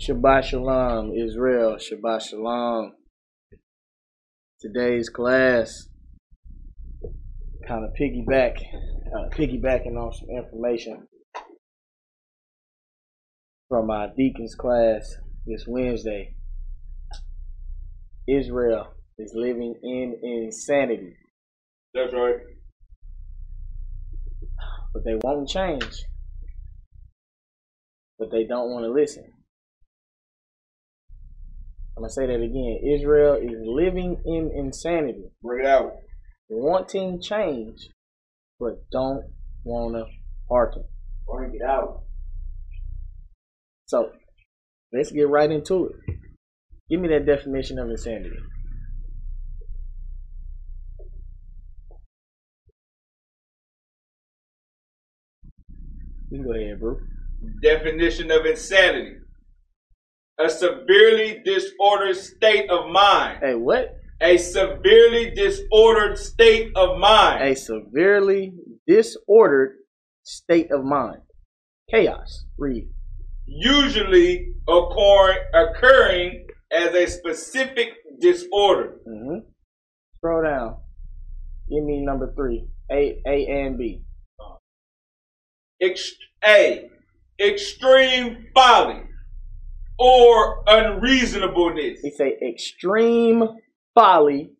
Shabbat Shalom, Israel. Shabbat Shalom. Today's class kind of piggyback, uh, piggybacking on some information from our deacons class this Wednesday. Israel is living in insanity, That's right. but they won't change. But they don't want to listen. I'm gonna say that again. Israel is living in insanity. Bring it out. wanting change, but don't want to hearken. Bring it out. So let's get right into it. Give me that definition of insanity. You can go ahead, bro. Definition of insanity. A severely disordered state of mind. Hey, what? A severely disordered state of mind. A severely disordered state of mind. Chaos. Read. Usually occurring, occurring as a specific disorder. hmm Scroll down. Give me number three. A, A and B. Ex- a. Extreme folly or unreasonableness. He say extreme folly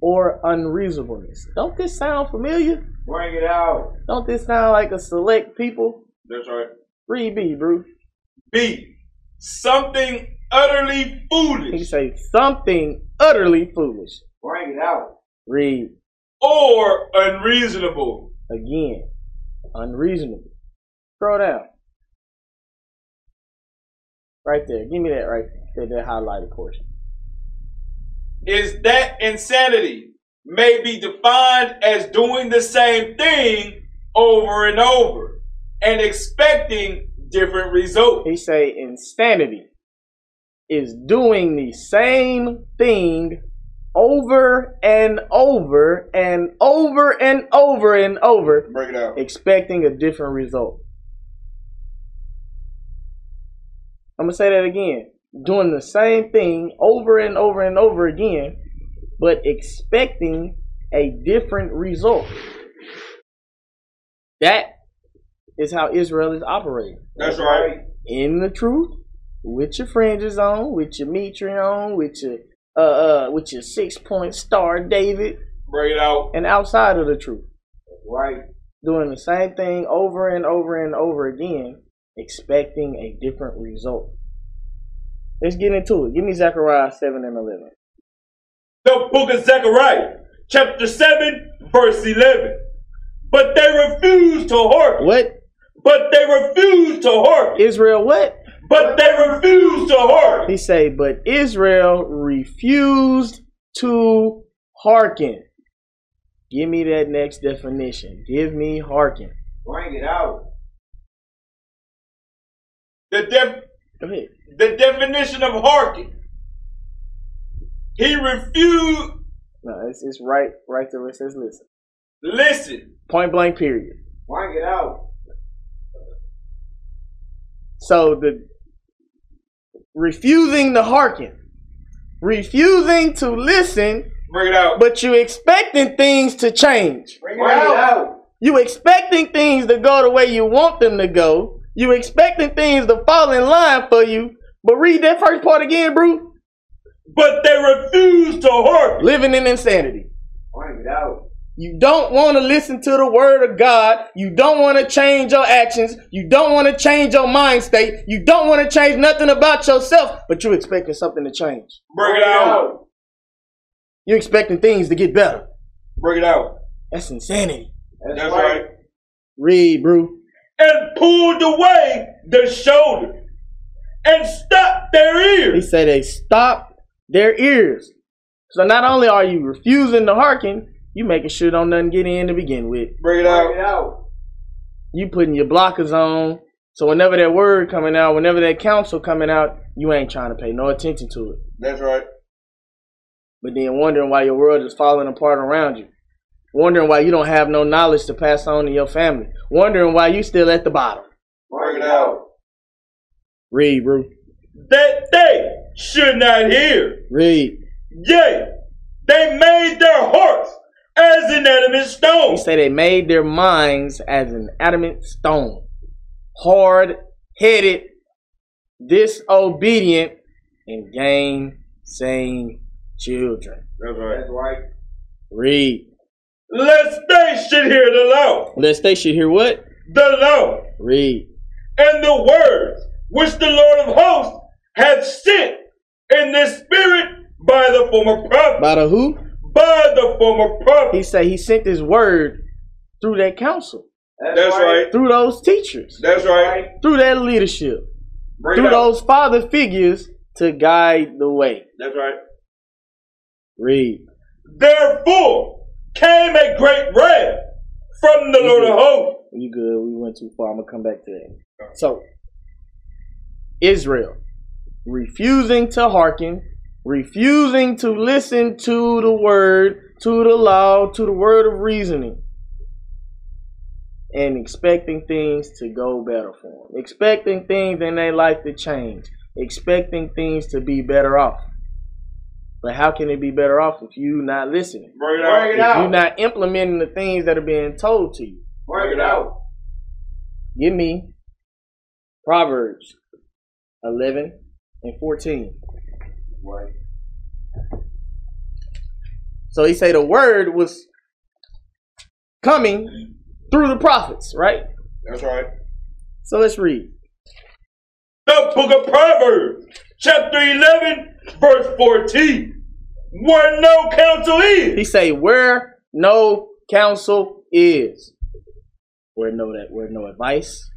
or unreasonableness. Don't this sound familiar? Bring it out. Don't this sound like a select people? That's right. Free B, bro. B. Something utterly He foolish. say something utterly foolish. Bring it out. Read Or unreasonable. again. Unreasonable. Scroll down. Right there. Give me that right there. That highlighted portion. Is that insanity may be defined as doing the same thing over and over and expecting different results. He say insanity is doing the same thing over and over and over and over and over, Break it out. expecting a different result. I'm gonna say that again. Doing the same thing over and over and over again, but expecting a different result. That is how Israel is operating That's right. in the truth, with your fringes on, with your mitre on, with your uh, uh with your six point star David, Break it out. and outside of the truth, Right. doing the same thing over and over and over again, expecting a different result. Let's get into it. Give me Zechariah seven and eleven. The book of Zechariah, chapter 7, verse 11. But they refused to hearken. What But they refused to hearken. Israel? What But they refused to hearken. he say? But Israel refused to hearken. Give me that next definition. Give me hearken. Bring it out. The def- Go ahead. the definition of hearken. He refused. No, it's, it's right right there where it says listen. Listen. Point blank period. Bring it out. So the refusing to hearken, refusing to listen, Bring it out. but you expecting things to change. Bring it out. You expecting things to go the way you want them to go. You expecting things to fall in line for you. But read that first part again, bro. But they refused to hearken. Living in insanity. Bring it out. You don't want to listen to the word of God. You don't want to change your actions. You don't want to change your mind state. You don't want to change nothing about yourself, but you're expecting something to change. Bring it out. You're expecting things to get better. Bring it out. That's insanity. That's right. Read, bro. And pulled away the shoulder and stopped their He ears. said they stop their ears. So not only are you refusing to hearken, you making sure don't nothing get in to begin with. Bring it out. You putting your blockers on. So whenever that word coming out, whenever that counsel coming out, you ain't trying to pay no attention to it. That's right. but then wondering why your world is falling apart around you, wondering why you don't have no knowledge to pass on to your family, wondering why you still at the bottom. Bring it out. Read, bro. that they should not hear. Read. Yea, they made their hearts as an adamant stone. He say they made their minds as an adamant stone, hard headed, disobedient, and game saying children. That's right. Read. Lest they should hear the law, Lest they should hear what? the law, Read. and the words which the Lord of hosts hath sent in the spirit by the former prophet. By the who? By the former He prophet. said he sent his word through that council, That's right. through those teachers, That's right. through that leadership, Bring through it up. those father figures to guide the way. That's right. Read. Therefore came a great wrath from the Lord of hosts. You good? We went too far. I'm gonna come back to that. So, Israel refusing to hearken, refusing to listen to the word, to the law, to the word of reasoning, and expecting things to go better for them, expecting things in their life to change, expecting things to be better off. But how can it be better off if you not listening? Bring it If you're not implementing the things that are being told to you. Bring it out. Give me Proverbs 11 and 14. So he say the word was coming through the prophets, right? That's right. So let's read. The book of Proverbs, chapter 11, verse 14. Where no counsel He is, say where no counsel is, where no that where no advice,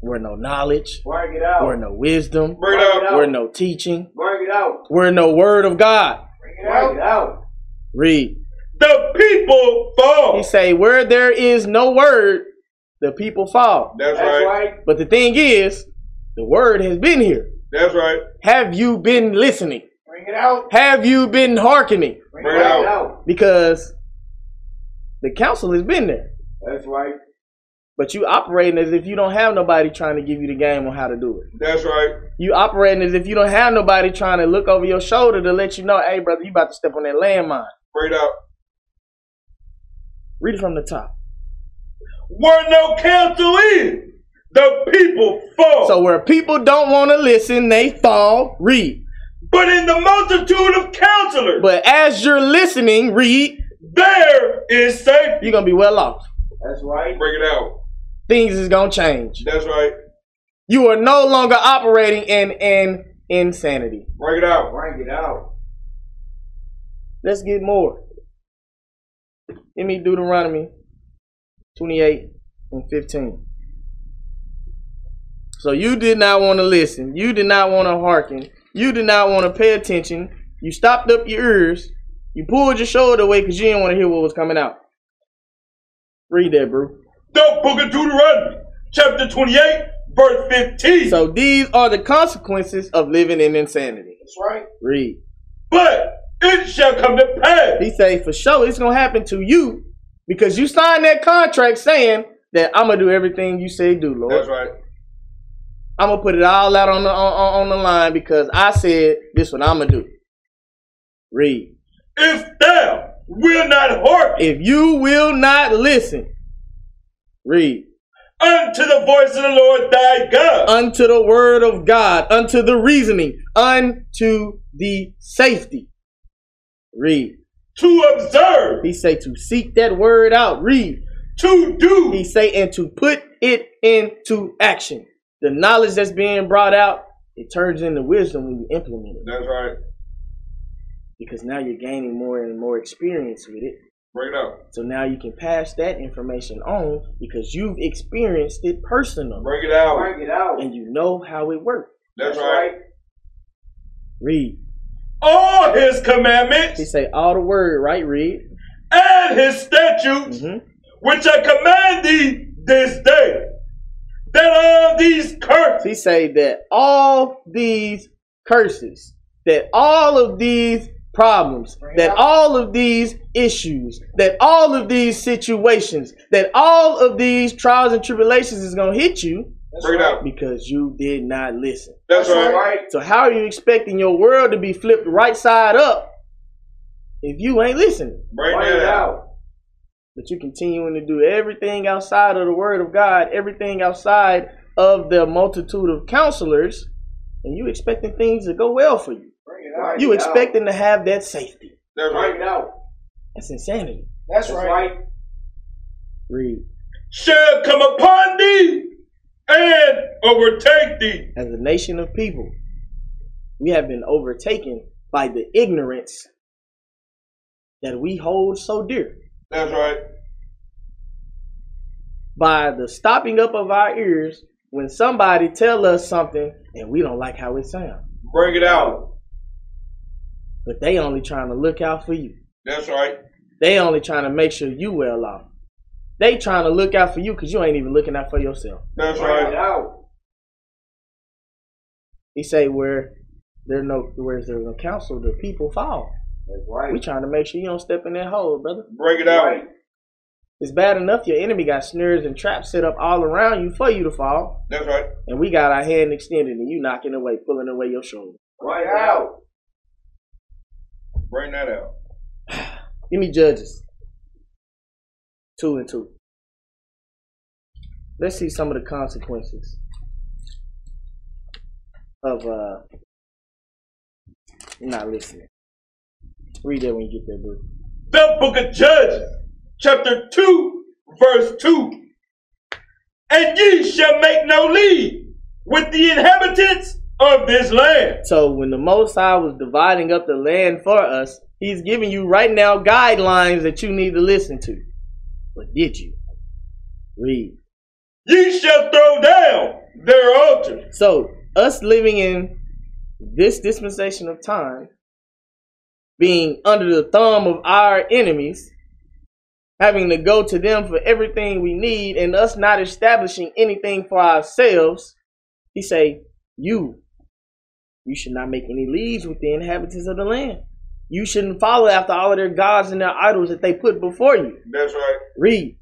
where no knowledge, Work it out. where no wisdom, Bring it out. where no teaching, Work it out. where no word of God. Work it out. Work it out. Read. the people fall. He say, where there is no word, the people fall. That's That's right. right. But the thing is, the word has been here. That's right. Have you been listening? Bring it out. Have you been hearkening? Bring Bring it it out. Because the council has been there. That's right. But you operating as if you don't have nobody trying to give you the game on how to do it. That's right. You operating as if you don't have nobody trying to look over your shoulder to let you know, hey brother, you about to step on that landmine. Bring it out. Read it from the top. Where no counsel is, the people fall. So where people don't want to listen, they fall. Read. but in the multitude of counselors, But as you're listening, read, there is safety. you're gonna be well off. That's right. Bring it out. Things is gonna change. That's right. You are no longer operating in in insanity. Bring it out. Bring it out. Let's get more. Give me Deuteronomy 28 and 15. So you did not want to listen. You did not want to hearken. You did not want to pay attention. You stopped up your ears. You pulled your shoulder away because you didn't want to hear what was coming out. Read that, bro. The book of Deuteronomy, chapter 28, verse 15. So these are the consequences of living in insanity. That's right. Read. but it shall come to pass He say, for sure, it's gonna happen to you because you signed that contract saying that I'm gonna do everything you say do, Lord. That's right. I'm gonna put it all out on the on, on- on the line because I said this what I'm gonna do. Read. If thou will not hearken If you will not listen, read unto the voice of the Lord thy God, unto the word of God, unto the reasoning, unto the safety. Read. to observe, He say to seek that word out. Read. to He do, say, and to put it into action. The knowledge that's being brought out, it turns into wisdom when you implement it. that's right. Because now you're gaining more and more experience with it. Bring it out. So now you can pass that information on because you've experienced it personally Bring it out. Bring it out. and you know how it works. That's right. Read. All his He commandments say all the word, right? Read. and his statutes, hmm which I command thee this day, that all these curses He say that all these curses, that all of these problems, that all of these issues, that all of these situations, that all of these trials and tribulations is gonna hit you. Bring it out. because you did not listen. That's right. So how are you expecting your world to be flipped right side up if you ain't listening? Bring Bring that it out. out. But you continuing to do everything outside of the word of God, everything outside of the multitude of counselors, and you expecting things to go well for you. Bring it out. You expecting to have that safety. That's Bring right. it out. That's insanity. That's right. Read. Shall come upon thee and overtake thee. As a nation of people, we have been overtaken by the ignorance that we hold so dear. That's right. by the stopping up of our ears when somebody tell us something and we don't like how it sounds. Bring it out. But they only trying to look out for you. That's right. They only trying to make sure you well off. They trying to look out for you because you ain't even looking out for yourself. That's Bring it right. out. He say where there no where's there no counsel, the people fall. That's We right. trying to make sure you don't step in that hole, brother. Bring it out. It's bad enough your enemy got snares and traps set up all around you for you to fall, That's right. and we got our hand extended and you knocking away, pulling away your shoulder. Bring it out. Bring that out. Give me judges. Two and two. Let's see some of the consequences of uh not listening. Read that when you get there, boo. the book of Judges, chapter 2, verse 2. And ye shall make no league with the inhabitants of this land. So when the Most High was dividing up the land for us, he's giving you right now guidelines that you need to listen to. But did you? Read. Ye shall throw down their altars. So us living in this dispensation of time, being under the thumb of our enemies, having to go to them for everything we need, and us not establishing anything for ourselves, he say, you, you should not make any leagues with the inhabitants of the land. You shouldn't follow after all of their gods and their idols that they put before you. That's right. Read.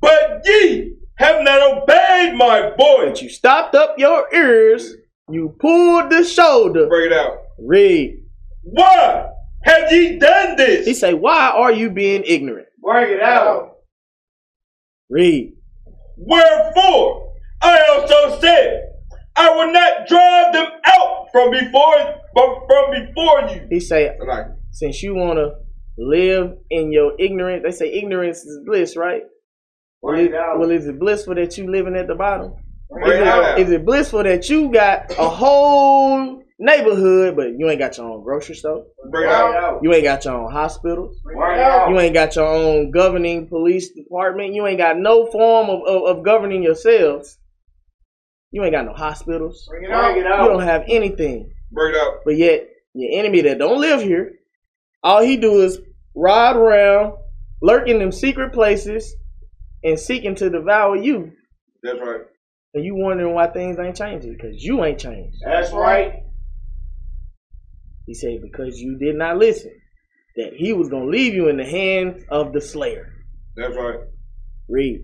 But ye have not obeyed my But voice. you stopped up your ears, you pulled the shoulder. Bring it out. Read. Why have ye done He this? say, "Why are you being ignorant?" Bring it out. Read. Wherefore I also said, I will not drive them out from before from from before you. He say, Like, "Since you wanna live in your ignorance, they say ignorance is bliss, right? Well, Bring is- it out. well, is it blissful that you living at the bottom? Bring Bring it it out. Is it blissful that you got a whole neighborhood, but you ain't got your own grocery store? Bring it out. You ain't got your own hospitals? Bring it out. You ain't got your own governing police department. You ain't got no form of, of, of governing yourselves. You ain't got no hospitals. Bring it out. You Bring it don't out. have anything. Bring it out. But yet, your enemy that don't live here, all he do is ride around, lurk in them secret places, and seeking to devour you. That's right. And you wondering why things ain't changing because you ain't changed. That's right. He said because you did not listen, that he was gonna leave you in the hands of the slayer. That's right. Read.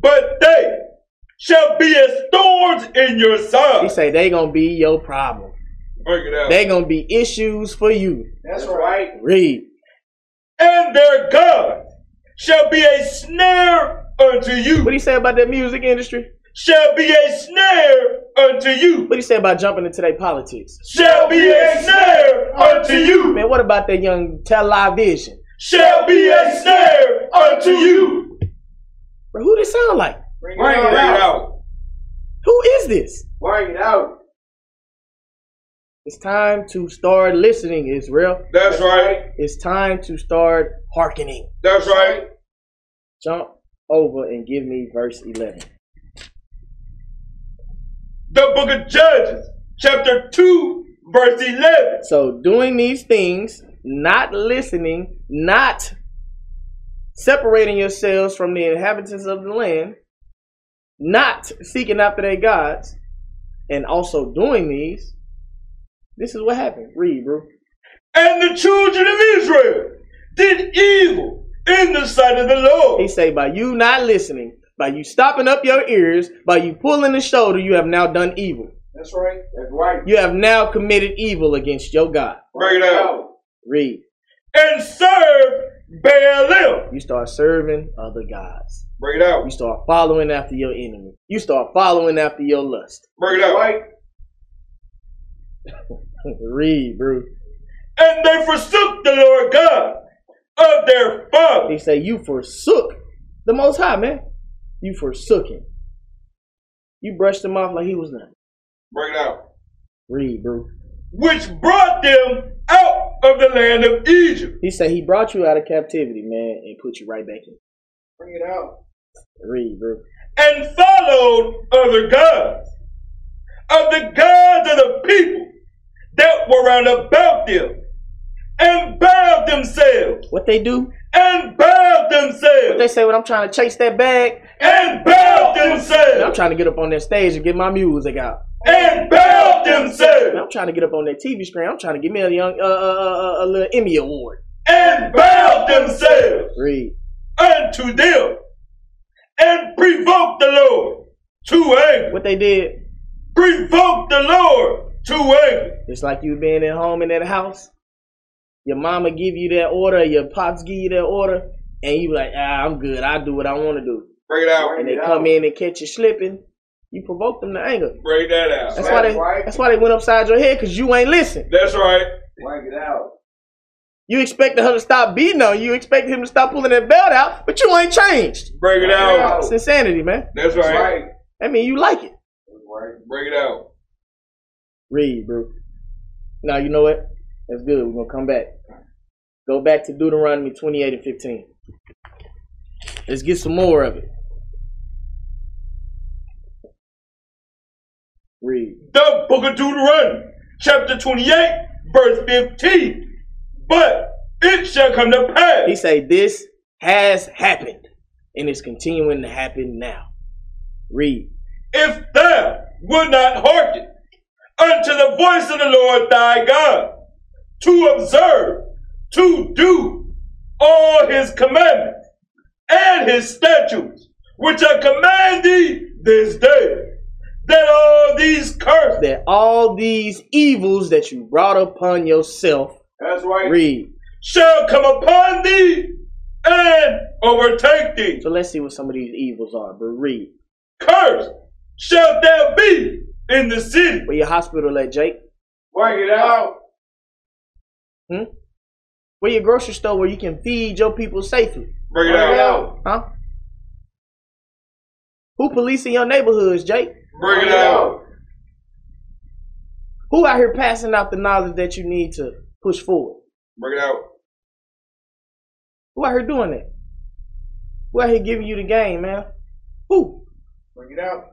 But they shall be as thorns in your He side. say they gonna be your problem. Bring it out. They gonna be issues for you. That's right. Read. and their God shall be a snare unto What he you. say about that music industry? Shall be a snare unto you. What he say about jumping into their politics? Shall be a snare unto you. Man, what about that young television? Shall be a snare unto you. Bro, who this sound like? Bring Bring it out. Who is this? Bring it out. It's time to start listening, Israel. That's right. It's time to start hearkening. That's right. Jump over and give me verse 11. The book of Judges, chapter 2, verse 11. So, doing these things, not listening, not separating yourselves from the inhabitants of the land, not seeking after their gods, and also doing these, this is what happened. Read, bro. And the children of Israel did evil in the sight of the He Lord. say, by you not listening, By you stopping up your ears, by you pulling the shoulder, you have now done evil. That's right. That's right. You have now committed evil against your God. Bring it out. Read. And serve Baalim. You start serving other gods. Bring it out. You start following after your enemy. You start following after your lust. Bring it That's out. right. Read, bro. And they forsook the Lord God of their father. They say you forsook the Most High, man. You forsook him. You brushed him off like he was nothing. Bring it out. Read, bro. Which brought them out of the land of Egypt. He said he brought you out of captivity, man, and put you right back in. Bring it out. Read, bro. And followed other gods. Of the gods of the people that were round about them. And bowed themselves. What they do? And bowed themselves. They say when I'm trying to chase that bag, and bowed and I'm themselves trying to get up on that stage and get my music out. and bowed And themselves I'm trying to get up on that TV screen. I'm trying to get me a young, uh, uh, uh, uh, a little Emmy award. and bowed themselves Read. unto them and provoked the Lord to anger. What they did? Provoked the Lord to anger. It's like you being at home in that house. Your mama give you that order, your pops give you that order, and you be like, ah, I'm good. I do what I want to do. Bring it out. And they come in and catch you slipping. You provoke them to anger. Bring that out. That's why they. That's why they went upside your head because you ain't listen. That's right. Bring it out. You expected her to stop beating on you. You expected him to stop pulling that belt out, but you ain't changed. Bring it out. It's insanity, man. That's That's right. right. I mean, you like it. That's right. Bring it out. Read, bro. Now you know what? That's good. We're gonna come back. Go back to Deuteronomy 28 and 15. Let's get some more of it. Read. The book of Deuteronomy, chapter 28, verse 15. But it shall come to He pass say this has happened and it's continuing to happen now. Read. if thou wilt not hearken unto the voice of the Lord thy God, to observe, to do all his commandments and his statutes, which I command thee this day, that all these curses That all these evils that you brought upon yourself, That's right. read. shall come upon thee and overtake thee. So let's see what some of these evils are, but read. Curse shall there be in the city. Where your hospital at, Jake? Bring it out. Hmm? Where your grocery store where you can feed your people safely? Bring it Bring out. it out. Huh? Who policing your neighborhoods, Jake? Bring it out. Who out here passing out the knowledge that you need to push forward? Bring it out. Who out here doing that? Who out here giving you the game, man? Who? Bring it out.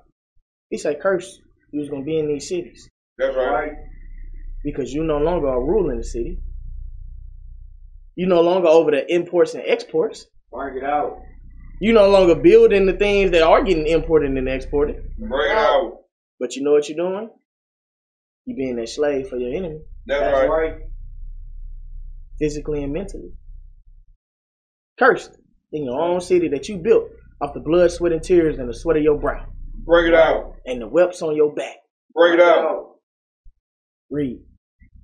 He said, curse. You was gonna be in these cities That's That's right. right. because you no longer are ruling the city. You no longer over the imports and exports. Bring it out. You no longer building the things that are getting imported and exported. Bring it out. But you know what you're doing? You being that slave for your enemy, That's That's right. right. physically and mentally. Cursed in your own city that you built off the blood, sweat, and tears and the sweat of your brow Bring it out. and the whelps on your back. Bring it out. Read,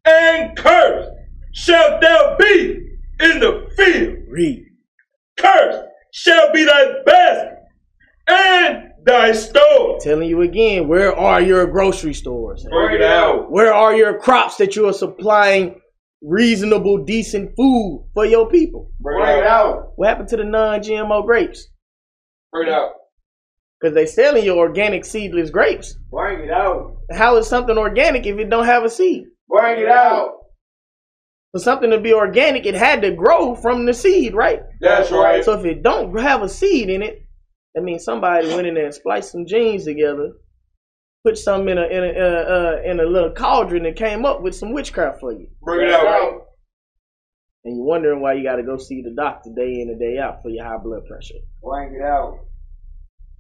And curse shall there be in the field. read. Curse shall be thy basket and thy store. Telling you again, where are your grocery stores? Bring it out. Where are your crops that you are supplying reasonable, decent food for your people? Bring it out. What happened to the non GMO grapes? Bring it out. Because they selling you organic seedless grapes. Bring it out. How is something organic if it don't have a seed? Bring it out. For something to be organic, it had to grow from the seed, right? That's right. So if it don't have a seed in it, that means somebody went in there and spliced some genes together, put some in a in a uh, uh, in a little cauldron, and came up with some witchcraft for you. Bring it out. And you're wondering why you got to go see the doctor day in and day out for your high blood pressure. Bring it out.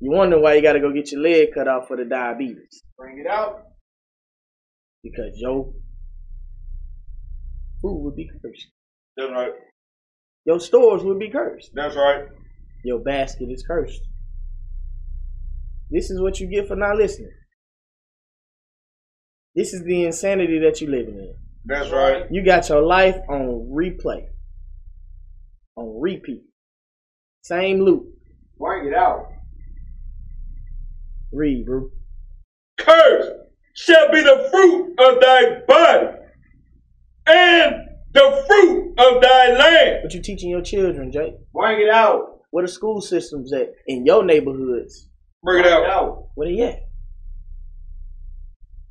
You wonder why you got to go get your leg cut off for the diabetes Bring it out. because your food would be cursed, That's right. your stores would be cursed, That's right. your basket is cursed. This is what you get for not listening. This is the insanity that you living in. That's right. You got your life on replay. On repeat. Same loop. Bring it out. Read, bro. Cursed shall be the fruit of thy body and the fruit of thy land. What you teaching your children, Jake? Bring it out. Where the school systems at in your neighborhoods? Bring it out. Where they at?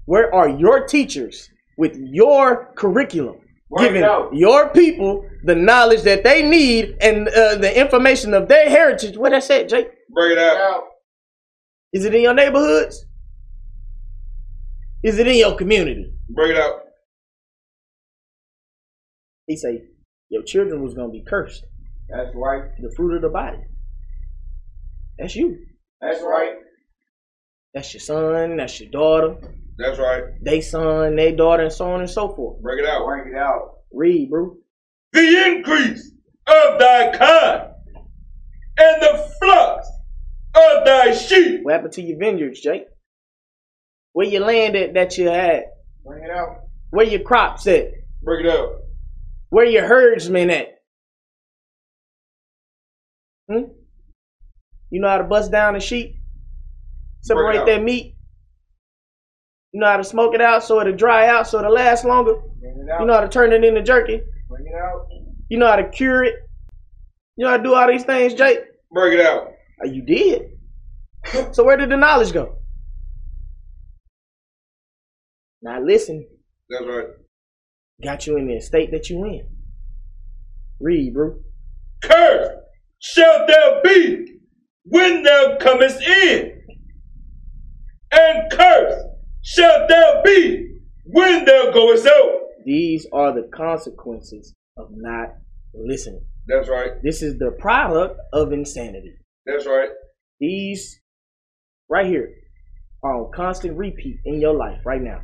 Where are your teachers with your curriculum Word giving out. your people the knowledge that they need and uh, the information of their heritage? What that's at, Jake? Bring it Bring it out. out. Is it in your neighborhoods? Is it in your community? Bring it out. He say your children was gonna be cursed. That's right. The fruit of the body. That's you. That's right. That's your son. That's your daughter. That's right. They son. They daughter, and so on and so forth. Bring it out. Bring it out. Read, bro. the increase of thy kind and the flux of thy sheep. What happened to your vineyards, Jake? Where your land at that you had? Bring it out. Where your crops at? Break it up. Where your herdsmen at? Hmm? You know how to bust down the sheep? Separate out. that meat? You know how to smoke it out so it'll dry out so it'll last longer? Bring it out. You know how to turn it into jerky? Bring it out. You know how to cure it? You know how to do all these things, Jake? Break it out. Uh, You did. So where did the knowledge go? Not listening. That's right. Got you in the state that you in. Read, bro. Cursed shalt thou be when thou comest in, and cursed shalt thou be when thou goest out. These are the consequences of not listening. That's right. This is the product of insanity. That's right. These right here are on constant repeat in your life right now.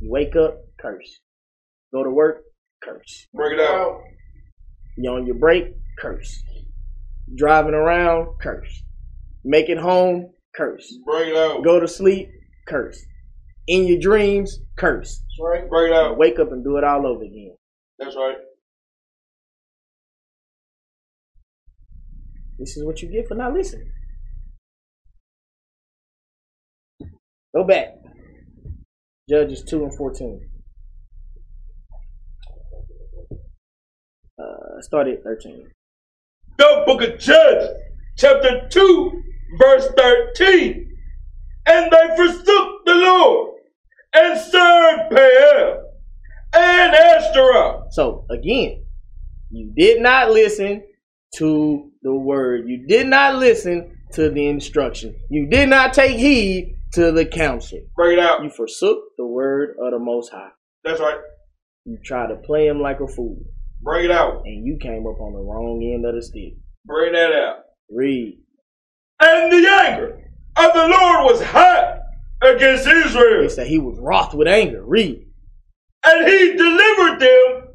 You wake up, curse. Go to work, curse. Break it out. You on your break, curse. Driving around, curse. Make it home, curse. Break it out. Go to sleep, curse. In your dreams, curse. That's right. Break it And out. wake up and do it all over again. That's right. This is what you get for not listening. Go back. Judges 2 and 14. Uh, start at 13. the book of Judges, chapter 2, verse 13. And they forsook the Lord and served Baal and Ashtaroth. So, again, you did not listen to the word. You did not listen to the instruction. You did not take heed to the counsel. Break it out. You forsook the word of the Most High. That's right. You tried to play him like a fool, Break it out. and you came up on the wrong end of the stick. Break that out. Read. And the anger of the Lord was hot against Israel, It said he was wroth with anger. Read. and he delivered them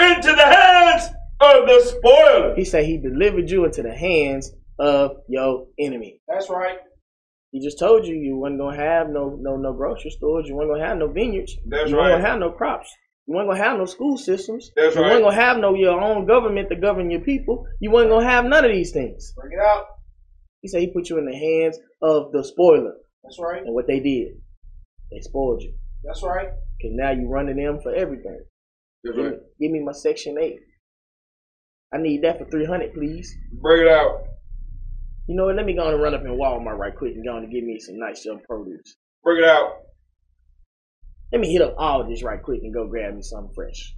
into the hands of the spoiler. He said he delivered you into the hands of your enemy. That's right. He just told you you wasn't gonna have no no no grocery stores. You weren't gonna have no vineyards. That's you right. weren't gonna have no crops. You weren't gonna have no school systems. That's you right. weren't gonna have no your own government to govern your people. You weren't gonna have none of these things. Bring it out. He said he put you in the hands of the spoiler, That's right. and what they did, they spoiled you. That's right. Cause now you running them for everything. That's Give me, give me my section eight. I need that for three hundred, please. Break it out. You know what? Let me go on and run up in Walmart right quick and go on and give me some nice young produce. Break it out. Let me hit up all this right quick and go grab me something fresh.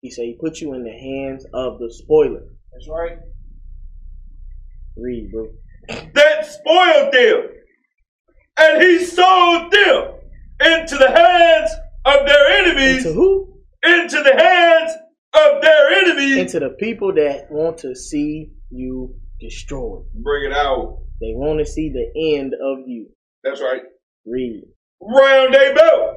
He said he put you in the hands of the spoiler. That's right. Read, bro. that spoiled them, and he sold them into the hands of their enemies, Into who? into the hands of their enemies. Into the people that want to see you destroyed. Bring it out. They want to see the end of you. That's right. Read. Round they belt,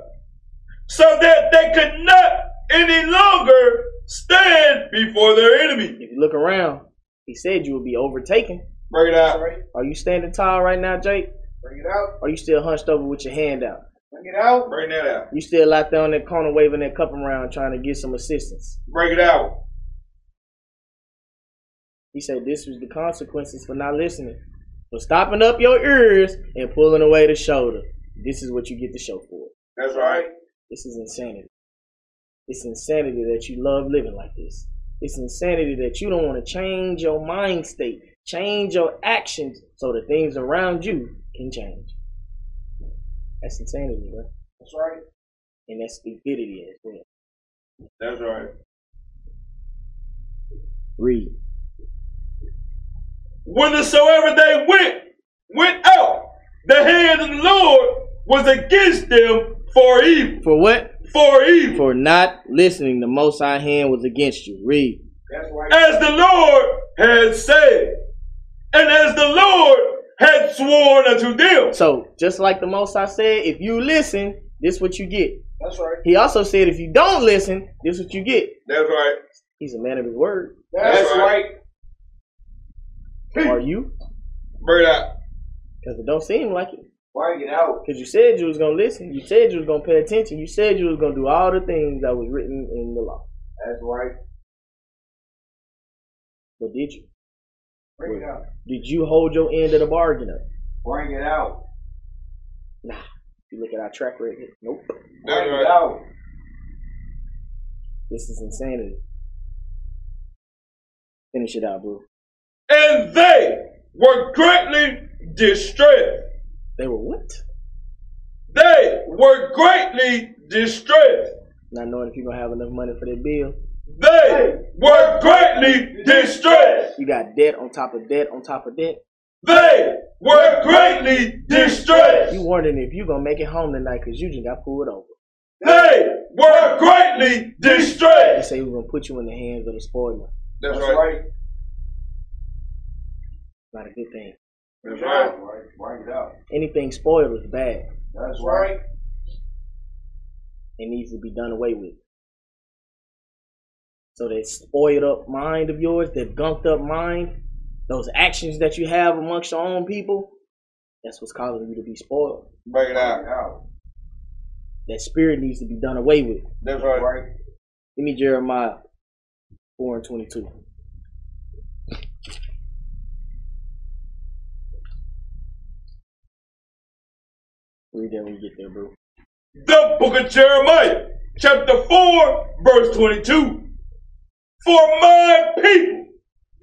so that they could not any longer stand before their enemy. If you look around, he said you will be overtaken. Bring it That's out. right. Are you standing tall right now, Jake? Bring it out. Are you still hunched over with your hand out? Bring it out. Bring that out. You still out there on that corner waving that cup around trying to get some assistance. Bring it out. He said this was the consequences for not listening. For stopping up your ears and pulling away the shoulder. This is what you get the show for. That's right. This is insanity. It's insanity that you love living like this. It's insanity that you don't want to change your mind state, change your actions so the things around you can change. That's insanity, bro. That's right. And that's stupidity as well. That's right. Read. Whithersoever they went, went out. The hand of the Lord was against them for evil. For what? For evil. For not listening, the Most High hand was against you. Read. That's right. As the Lord had said, and as the Lord had sworn unto them. So just like the Most High said, if you listen, this what you get. That's right. He also said, if you don't listen, this what you get. That's right. He's a man of his word. That's That's right. right. Are you? Bring it out. Because it don't seem like it. Bring it out. Because you said you was gonna listen. You said you was gonna pay attention. You said you was gonna do all the things that was written in the law. That's right. But did you? Bring it out. Did you hold your end of the bargain up? Bring it out. Nah. If you look at our track record. Nope. That's Bring it right. out. This is insanity. Finish it out, bro. And they were greatly distressed. They were what? They were greatly distressed. Not knowing if you're gonna have enough money for that bill. They were greatly distressed. You got debt on top of debt on top of debt. They were greatly distressed. You wondering if you gonna make it home tonight because you just got pulled over. They were greatly They distressed. say we're gonna put you in the hands of the spoiler. That's That's right. Not a good thing. That's That's right. right. Bring it out. Anything spoiled is bad. That's right. It needs to be done away with. So that spoiled up mind of yours, that gunked up mind, those actions that you have amongst your own people, that's what's causing you to be spoiled. Break it Bring it out. That spirit needs to be done away with. That's That's right. Give me Jeremiah 4 and 22. Read that when you get there, bro. The book of Jeremiah, chapter 4, verse 22. For my people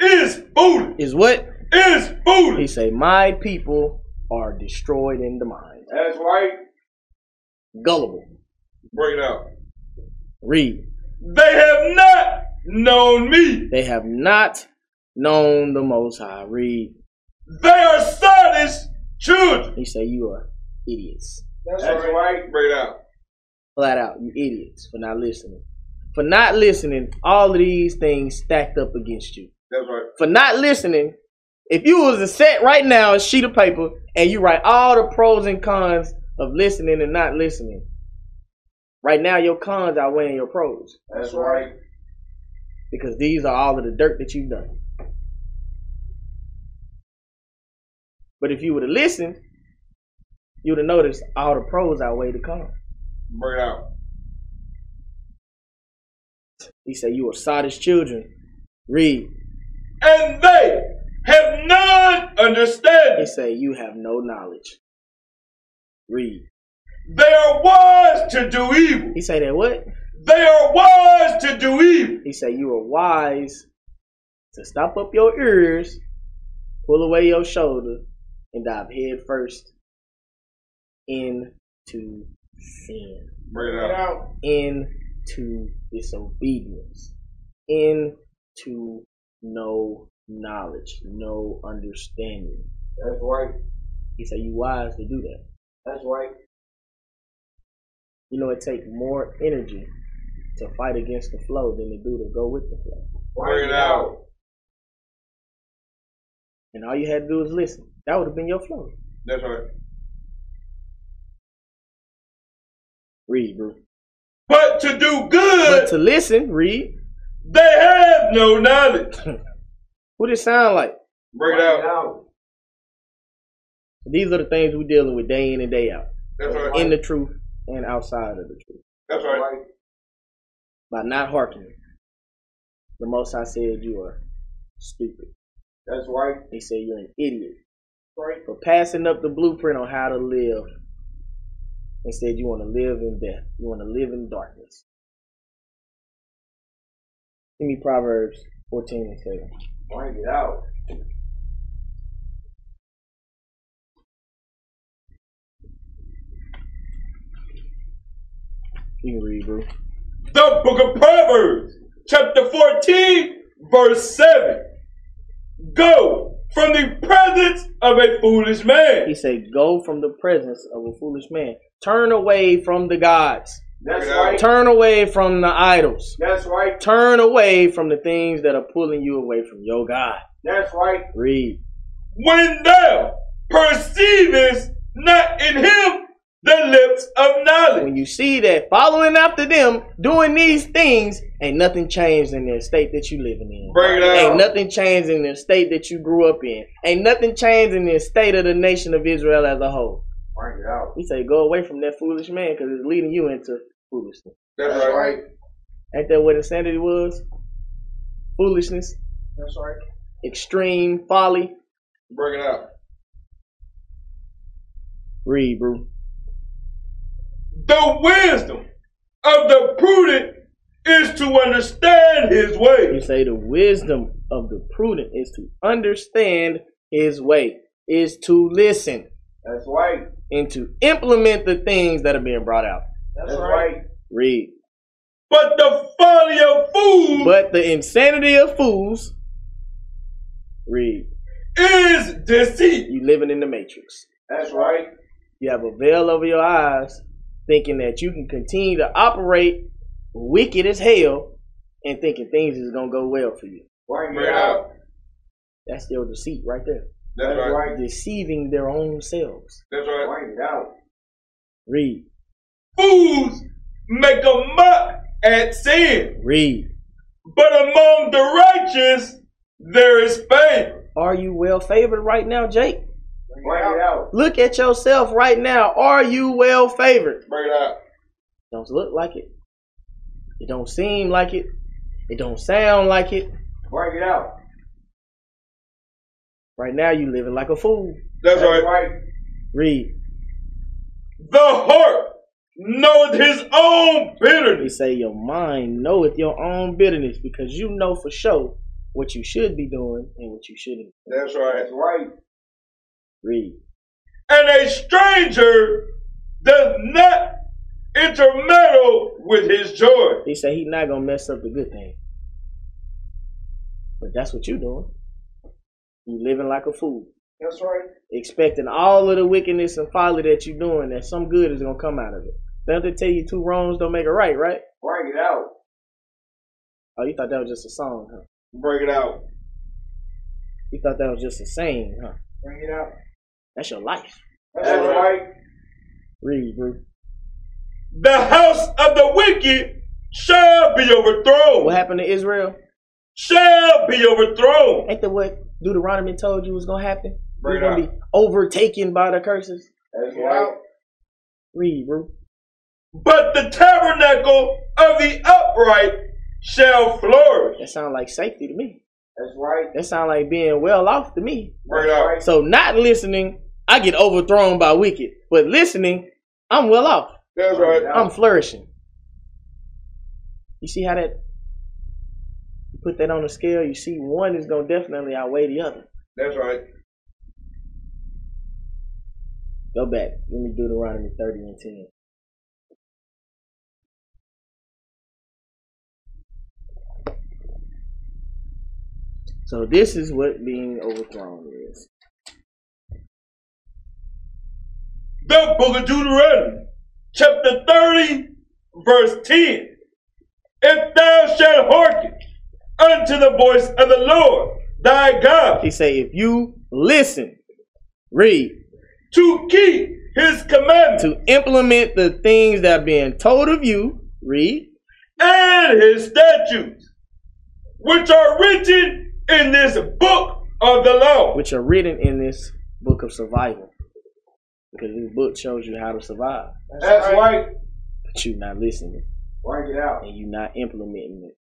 is booty, Is what? is He booty. say, My people are destroyed in the mind. That's right. Gullible. Break it out. Read. They have not known me. They have not known the Most High. Read. They are silent children. He say, You are idiots. That's That's right. right. Break it out. Flat out, you idiots for not listening. For not listening, all of these things stacked up against you. That's right. For not listening, if you was to set right now a sheet of paper and you write all the pros and cons of listening and not listening, right now your cons outweighing your pros That's right. because these are all of the dirt that you've done. But if you would have listened, you would have noticed all the pros outweigh the cons. Break it out. He said, "You are sottish children." Read. And they have none He understanding. said, "You have no knowledge." Read. They are wise to do evil. He said that what? They are wise to do evil. He said, "You are wise to stop up your ears, pull away your shoulder, and dive head first into sin." Bring Bring it out. into disobedience, into no knowledge, no understanding. That's right. He said, "You wise to do that." That's right. You know, it takes more energy to fight against the flow than to do to go with the flow. Bring it out. And all you had to do was listen. That would have been your flow. That's right. Read, bro. But to do But good, to listen, read. they have no knowledge. What it sound like? Bring it out. These are the things we're dealing with day in and day out, That's right. in the truth and outside of the truth, That's That's right. right. by not hearkening. The Most I said you are stupid. That's right. He said you're an idiot Right. for passing up the blueprint on how to live. Instead, you want to live in death. You want to live in darkness. Give me Proverbs 14 and 7. Bring it out. You can read, bro. The book of Proverbs, chapter 14, verse 7. Go from the presence of a foolish He man. said, Go from the presence of a foolish man. Turn away from the gods. That's Bring it out. right. Turn away from the idols. That's right. Turn away from the things that are pulling you away from your God. That's right. Read. When thou perceivest not in him the lips of knowledge. When you see that following after them, doing these things, ain't nothing changed in their state that you living in. Bring it Ain't out. nothing changed in the state that you grew up in. Ain't nothing changed in the state of the nation of Israel as a whole. Bring it out. We say go away from that foolish man because it's leading you into foolishness. That's right. Ain't that what insanity was? Foolishness, That's right. extreme folly. Bring it out. Read, bro. The wisdom of the prudent is to understand his You ways. say the wisdom of the prudent is to understand his way, is to listen, That's right. and to implement the things that are being brought out. That's right. Read. But the folly of fools But the insanity of fools. Read. is deceit. You living in the matrix. That's right. You have a veil over your eyes, thinking that you can continue to operate wicked as hell and thinking things is gonna go well for you. Bring it out. That's your deceit right there. That's right. Deceiving their own selves. That's right. Bring it out. Read, Fools make a mock at sin, read. but among the righteous there is favor. Are you well favored right now, Jake? Bring it out. Look at yourself right now. Are you well favored? Bring it out. Don't look like it. It don't seem like it. It don't sound like it. Bring it out. Right now you living like a fool. That's right. Read. The heart knoweth his own They bitterness. say your mind knoweth your own bitterness because you know for sure what you should be doing and what you shouldn't. That's right. That's right. Read. And a stranger does not intermeddle with his joy. They say he not gonna mess up the good thing. But that's what you doing. You living like a fool. That's right. Expecting all of the wickedness and folly that you doing that some good is gonna come out of it. Don't they tell you two wrongs don't make a right, right? Bring it out. Oh, you thought that was just a song, huh? Bring it out. You thought that was just a saying, huh? Bring it out. That's your life. That's right. Read, bro. The house of the wicked shall be overthrown. What happened to Israel? Shall be overthrown. Ain't that what Deuteronomy told you was gonna happen? Bring You're it gonna out. be overtaken by the curses. That's right. Read, bro. But the tabernacle of the upright shall flourish. That sound like safety to me. That's right. That sound like being well off to me. Bring it out. So not listening, I get overthrown by wicked. But listening, I'm well off. That's I'm flourishing. You see how that you put that on a scale, you see one is gonna definitely outweigh the other. That's right. Go back. Let me Deuteronomy 30 and 10. So this is what being overthrown is. The book of Deuteronomy, chapter 30, verse 10. If thou shalt hearken unto the voice of the Lord thy God He say, if you listen, read, to keep his commandments to implement the things that are being told of you, read, and his statutes, which are written in this book of the law. which are written in this book of survival. Because this book shows you how to survive, That's right. but you're not listening Write it out. and you're not implementing it.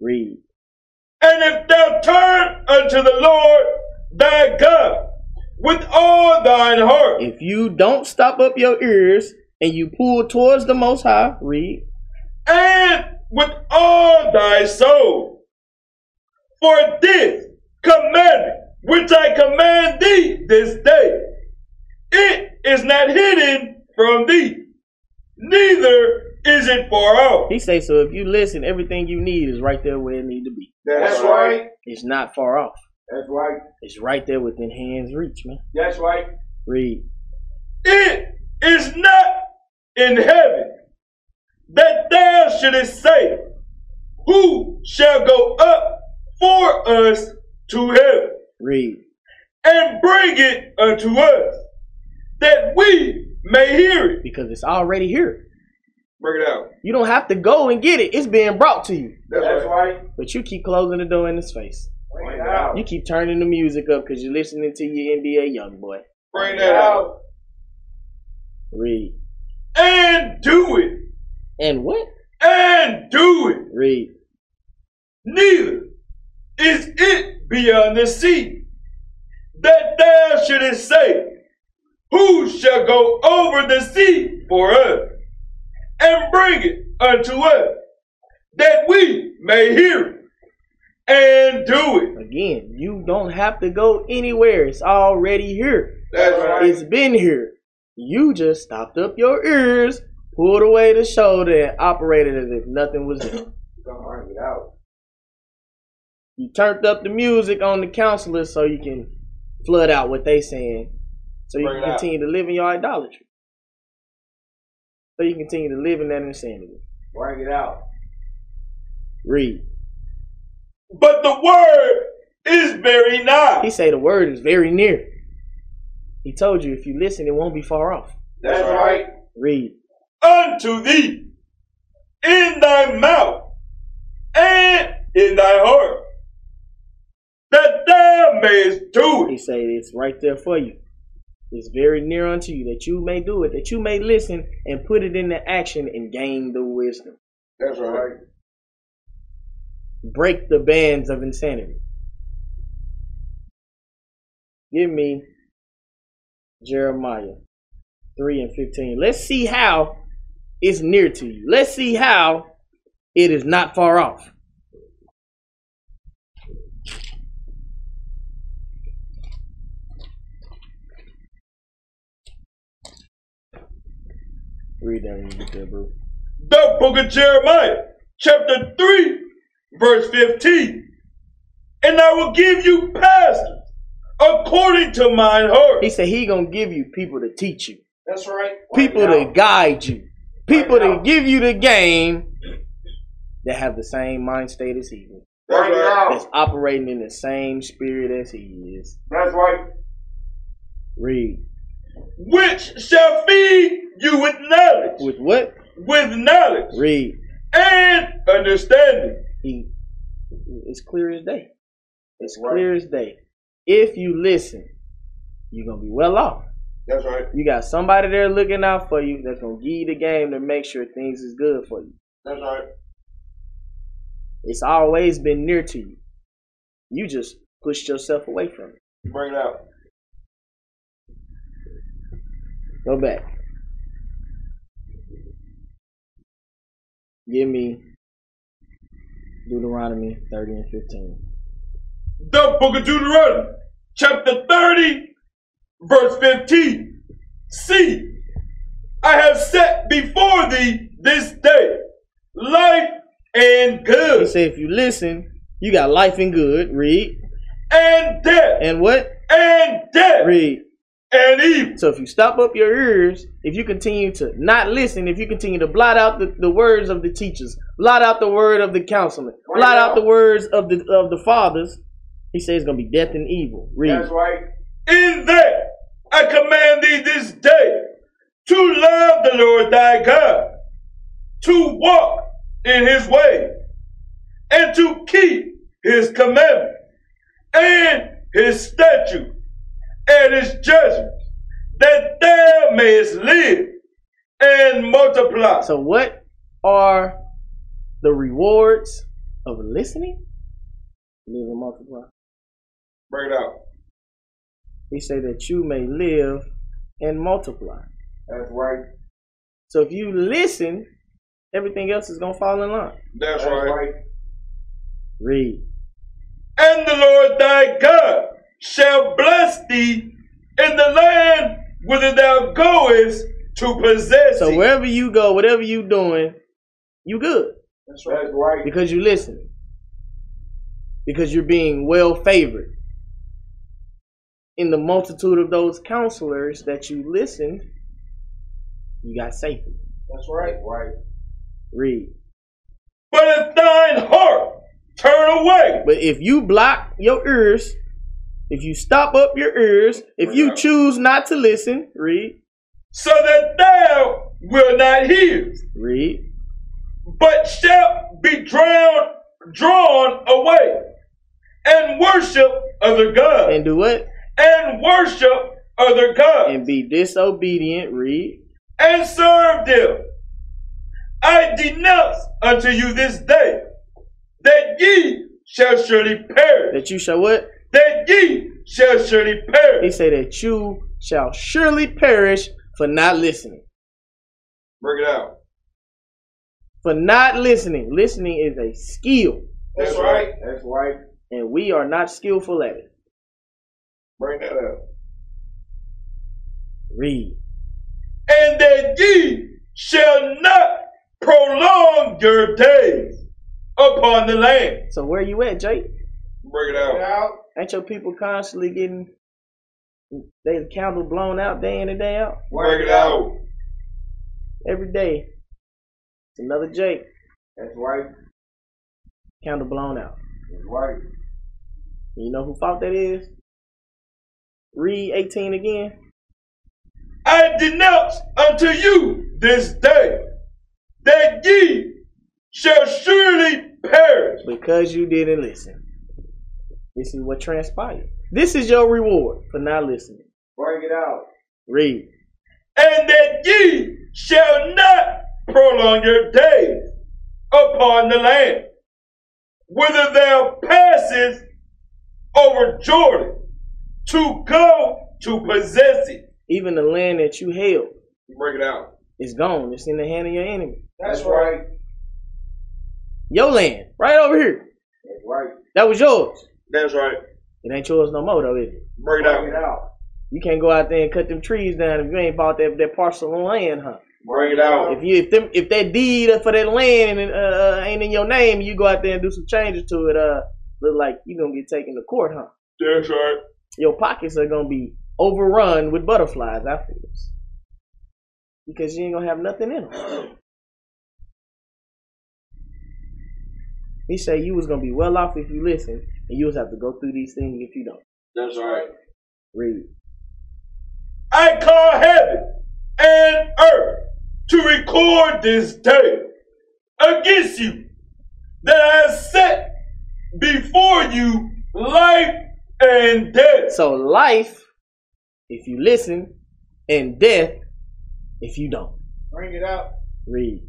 Read. And if thou turn unto the Lord thy God with all thine heart, If you don't stop up your ears and you pull towards the Most High, read. and with all thy soul. For this commandment which I command thee this day, it is not hidden from thee, neither is it far off. He says, so if you listen, everything you need is right there where it need to be. That's, That's right. It's not far off. That's right. It's right there within hand's reach, man. That's right. Read. It is not in heaven that thou shouldest say, Who shall go up for us to heaven? Read. and bring it unto us, that we may hear it. Because it's already here. Bring it out. You don't have to go and get it. It's being brought to you. That's, That's right. right. But you keep closing the door in his face. Bring it out. You keep turning the music up because you're listening to your NBA young boy. Bring that out. Read. And do it. And what? And do it. Read. Neither is it beyond the sea that thou shouldest say, Who shall go over the sea for us and bring it unto us, that we may hear it and do it? Again, you don't have to go anywhere. It's already here. That's right. It's been here. You just stopped up your ears, pulled away the shoulder, and operated as if nothing was there. Gonna bring it out. You turned up the music on the counselors so you can flood out what they saying. So you Bring can it out. continue to live in your idolatry. So you can continue to live in that insanity. Bring it out. Read. But the word is very He nigh. say the word is very near. He told you if you listen, it won't be far off. That's, right. Read. Unto thee in thy mouth and in thy heart, that thou mayest do He it. say it's right there for you. It's very near unto you that you may do it, that you may listen and put it into action and gain the wisdom. That's right. break the bands of insanity. Give me Jeremiah 3 and 15. Let's see how it's near to you. Let's see how it is not far off. Read that when you get there, bro. The book of Jeremiah, chapter 3, verse 15. And I will give you pastors according to mine heart. He said he gonna give you people to teach you. That's right. people Bring it to out. guide you, people Right to now. give you the game that have the same mind state as he is, Bring it that's out. operating in the same spirit as he is. That's right. Read Which shall feed you with knowledge, with what? with knowledge. Read. and understanding. He it's clear as day. It's Right. clear as day. If you listen, you're gonna be well off. That's right. You got somebody there looking out for you that's gonna give you the game to make sure things is good for you. That's right. It's always been near to you. You just pushed yourself away from it. Bring it out. Go back. Give me Deuteronomy 30 and 15. The book of Deuteronomy, chapter 30, verse 15. See, I have set before thee this day life and He good said, if you listen, you got life and good. Read. and death And what? and death Read. and evil. So if you stop up your ears, if you continue to not listen, if you continue to blot out the, the words of the teachers, blot out the word of the counselor, blot out the words of the of the fathers, he says it's gonna be death and evil. Read. That's right. In that I command thee this day to love the Lord thy God, to walk in his way, and to keep his commandments, and his statutes and his judgments, that thou mayest live and multiply. So, what are the rewards of listening? Live and multiply. Bring it out. He said that you may live and multiply. That's right. So, if you listen, everything else is going to fall in line. That's, That's right. right. Read. And the Lord thy God shall bless thee in the land whither thou goest to possess So, it. wherever you go, whatever you doing, you good That's right. That's right. because you listening. Because you're being well favored in the multitude of those counselors that you listened, you got safety. That's right. Right. Read. But if thine heart turn away, But if you block your ears, if you stop up your ears, if you choose not to listen, read, so that thou wilt not hear, read. but shalt be drowned, drawn away, and worship other gods, And do what? and worship other gods. And be disobedient, read. and serve them. I denounce unto you this day that ye shall surely perish, That you shall what? that ye shall surely He perish. say that you shall surely perish for not listening. Bring it out. For not listening. Listening is a skill, That's right. That's right. and we are not skillful at it. Bring that out. Read. And that ye shall not prolong your days upon the land. So where you at, Jake? Bring it out. Get out. Ain't your people constantly getting their candle blown out day in and day out? Bring it out. Every day. It's another Jake. That's right. Candle blown out. That's right. You know who fault that is? Read 18 again. I denounce unto you this day that ye shall surely perish. Because you didn't listen. This is what transpired. This is your reward for not listening. Bring it out. Read. and that ye shall not prolong your days upon the land, whither thou passest over Jordan to go to possess it. Even the land that you held Break it out. is gone. It's in the hand of your enemy. That's, right. Your land, right over here. That's right. That was yours. That's right. It ain't yours no more, though, is it? Break it Bring it out. out. You can't go out there and cut them trees down if you ain't bought that, that parcel of land, huh? Break it out. If you if them if that deed for that land and uh, uh, ain't in your name, you go out there and do some changes to it. Uh, look like you gonna get taken to court, huh? That's right. Your pockets are gonna be overrun with butterflies afterwards because you ain't gonna have nothing in them. He said you was gonna be well off if you listen, and you was have to go through these things if you don't That's right. read. I call heaven and earth to record this day against you that I have set before you life and death. So life, if you listen, and death, if you don't Bring it out. read.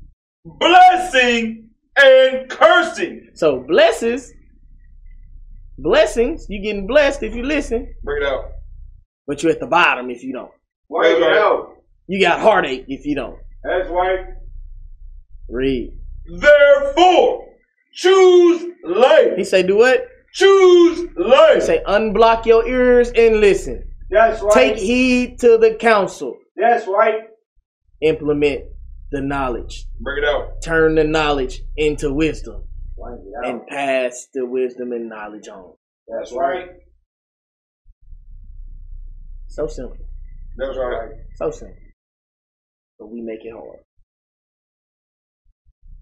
Blessing and cursing. So blesses, blessings. You getting blessed if you listen, Bring it out. but you're at the bottom if you don't. Bring That's it right. out. You got heartache if you don't That's right. read. Therefore, choose He life. say, do what? Choose He life. say, unblock your ears and listen. That's right. Take heed to the counsel. That's right. Implement the knowledge. Bring it out. Turn the knowledge into wisdom, Bring it out. and pass the wisdom and knowledge on. That's right. So simple. That's right. So simple. But we make it hard.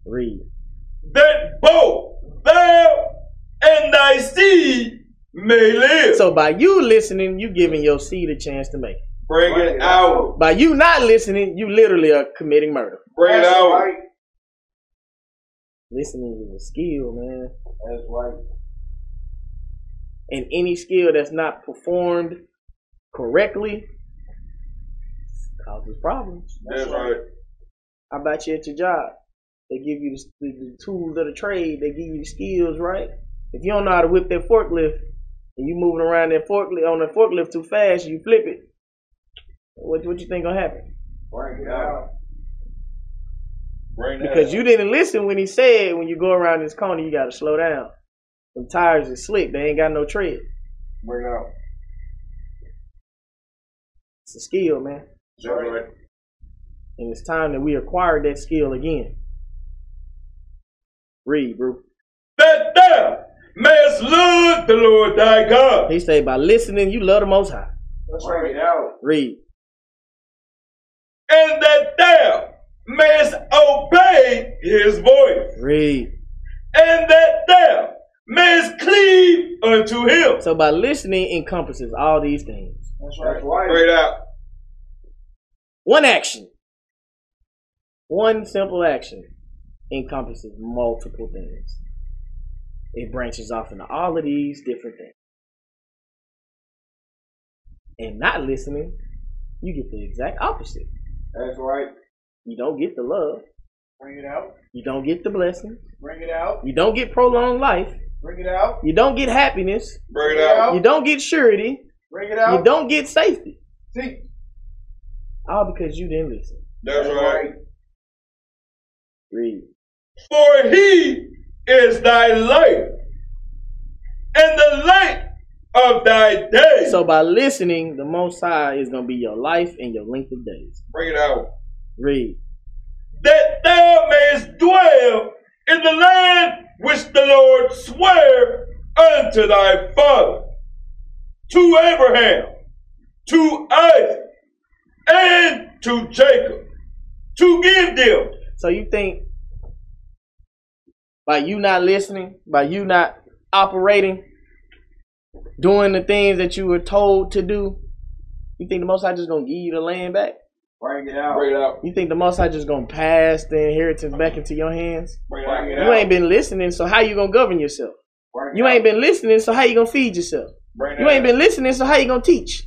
Read. That both thou and thy seed may live. So by you listening, you giving your seed a chance to make it. Bring Bring it out. By you not listening, you literally are committing murder. Bring it That's out. right. Listening is a skill, man. That's right. and any skill that's not performed correctly causes problems. That's right. How about you at your job? They give you the, the tools of the trade. They give you the skills, right? If you don't know how to whip that forklift and you moving around that forklift on the forklift too fast, you flip it. What what you think gonna happen? Bring it out. Bring that Because out. you didn't listen when he said when you go around this corner, you gotta slow down. Them tires is slick. They ain't got no tread. Bring it out. It's a skill, man. That's right. And it's time that we acquire that skill again. Read, bro. That thou mayest love the Lord thy God. He said, by listening, you love the Most High. That's right. Bring it out. Read. And that thou mayest obey his voice. Read. And that thou mayest cleave unto him. So by listening encompasses all these things. That's right. That's Straight out. One action. One simple action encompasses multiple things. It branches off into all of these different things. And not listening, you get the exact opposite. That's right. You don't get the love. Bring it out. You don't get the blessings. Bring it out. You don't get prolonged life. Bring it out. You don't get happiness. Bring it out. You don't get surety. Bring it You out. don't get safety. See. All because you didn't listen. That's right. Read. For he is thy light and the light of thy day. So by listening, the Most High is going to be your life and your length of days. Bring it out. Read. that thou mayest dwell in the land which the Lord sware unto thy father, to Abraham, to Isaac, and to Jacob, to give them. So you think by you not listening, by you not operating, doing the things that you were told to do, you think the Most High just going to give you the land back? Bring it out. Bring it out, You think the Most High just going to pass the inheritance back into your hands? bring it out, Bring it You ain't been listening, so how you going to govern yourself? Bring it You out. ain't been listening, so how you going to feed yourself? bring it You out, ain't been listening, so how you gonna teach?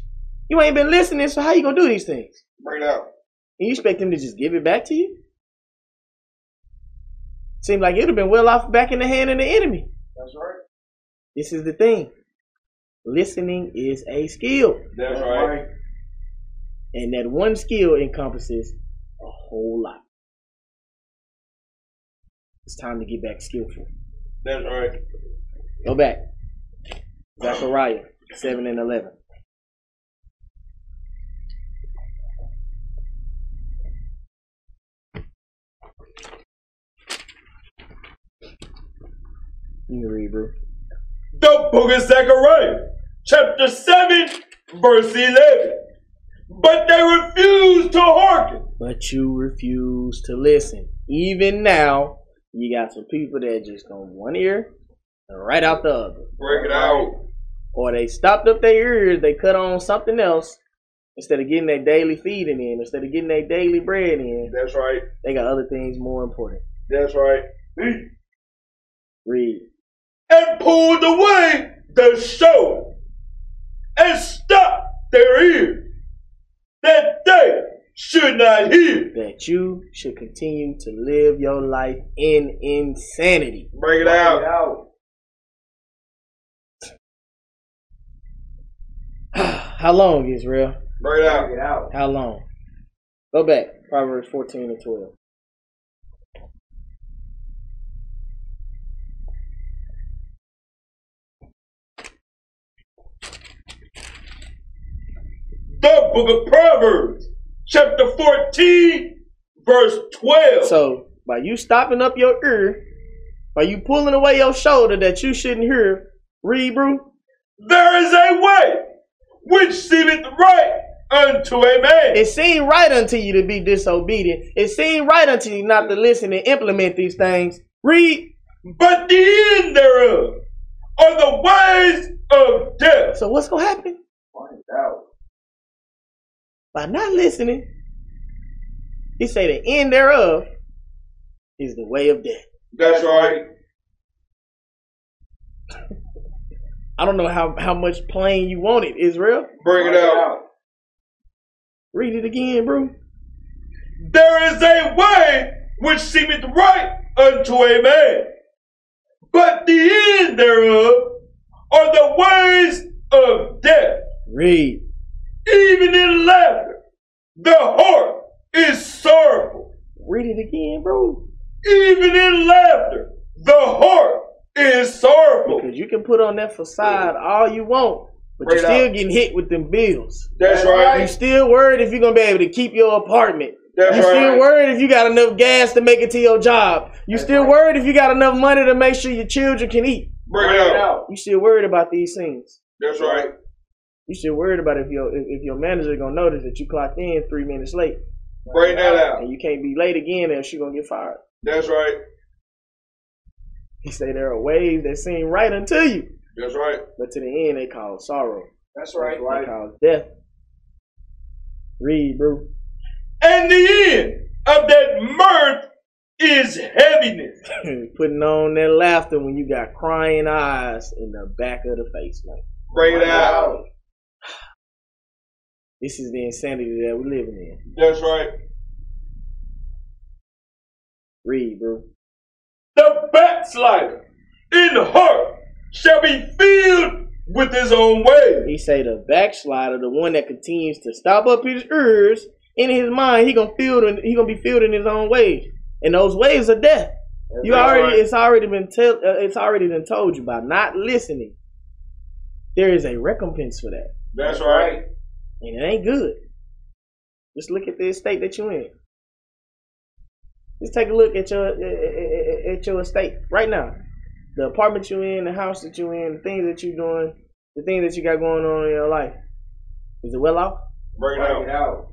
You ain't been listening, so how you gonna do these things? bring it out. And you expect them to just give it back to you? Seemed like it'd have been well off back in the hand of the enemy. That's right. This is the thing. Listening is a skill. That's right. And that one skill encompasses a whole lot. It's time to get back skillful. That's right. Go back. Zechariah 7 and 11. You can read, bro. The book of Zechariah, chapter 7, verse 11. But they refused to hearken. But you refuse to listen. Even now, you got some people that just on one ear and right out the other. Bring it out. Or they stopped up their ears, they cut on something else instead of getting their daily feeding in, instead of getting their daily bread in. That's right. They got other things more important. That's right. Read. And pulled away the show and stopped their ears that they should not hear. That you should continue to live your life in insanity. Bring it Bring it out. out. How long, Israel? Bring it out. Bring it out. How long? Go back. Proverbs 14 and 12. The book of Proverbs, chapter 14, verse 12. So, by you stopping up your ear, by you pulling away your shoulder that you shouldn't hear, read, bro. there is a way which seemeth right unto a man. It seemed right unto you to be disobedient. It seemed right unto you not to listen and implement these things. Read. But the end thereof are the ways of death. So, what's going to happen? Bring it out. by not listening, he say the end thereof is the way of death. That's right. I don't know how, how much plain you want it, Israel. Bring it out. Read it again, bro. There is a way which seemeth right unto a man, but the end thereof are the ways of death. Read. Even in laughter, the heart is sorrowful. Read it again, bro. Even in laughter, the heart is sorrowful. Because you can put on that facade all you want, but Bring you're it out. still getting hit with them bills. That's You right. still worried if you're gonna be able to keep your apartment. That's you still right. worried if you got enough gas to make it to your job. You still worried if you got enough money to make sure your children can eat. Bring it out. You still worried about these things. That's right. You still worried about if your if, if your manager gonna notice that you clocked in three minutes late Bring that out. and you can't be late again and she gonna get fired. That's right. He say there are ways that seem right unto you, That's right. but to the end they call sorrow. That's right. They call death. Read, bro. And the end of that mirth is heaviness. Putting on that laughter when you got crying eyes in the back of the face, man. Bring it out. This is the insanity that we're living in. That's right. Read, bro. The backslider in heart shall be filled with his own way. He say the backslider, the one that continues to stop up his ears in his mind, he gonna feel in, he gonna be filled in his own ways, and those ways are death. You That's already right. it's already been tell uh, it's already been told you by not listening. There is a recompense for that, That's right. and it ain't good. Just look at the estate that you in. Just take a look at your uh, uh, uh, at your estate right now, the apartment you in, the house that you in, the things that you doing, the things that you got going on in your life. Is it well off? Bring it out. out.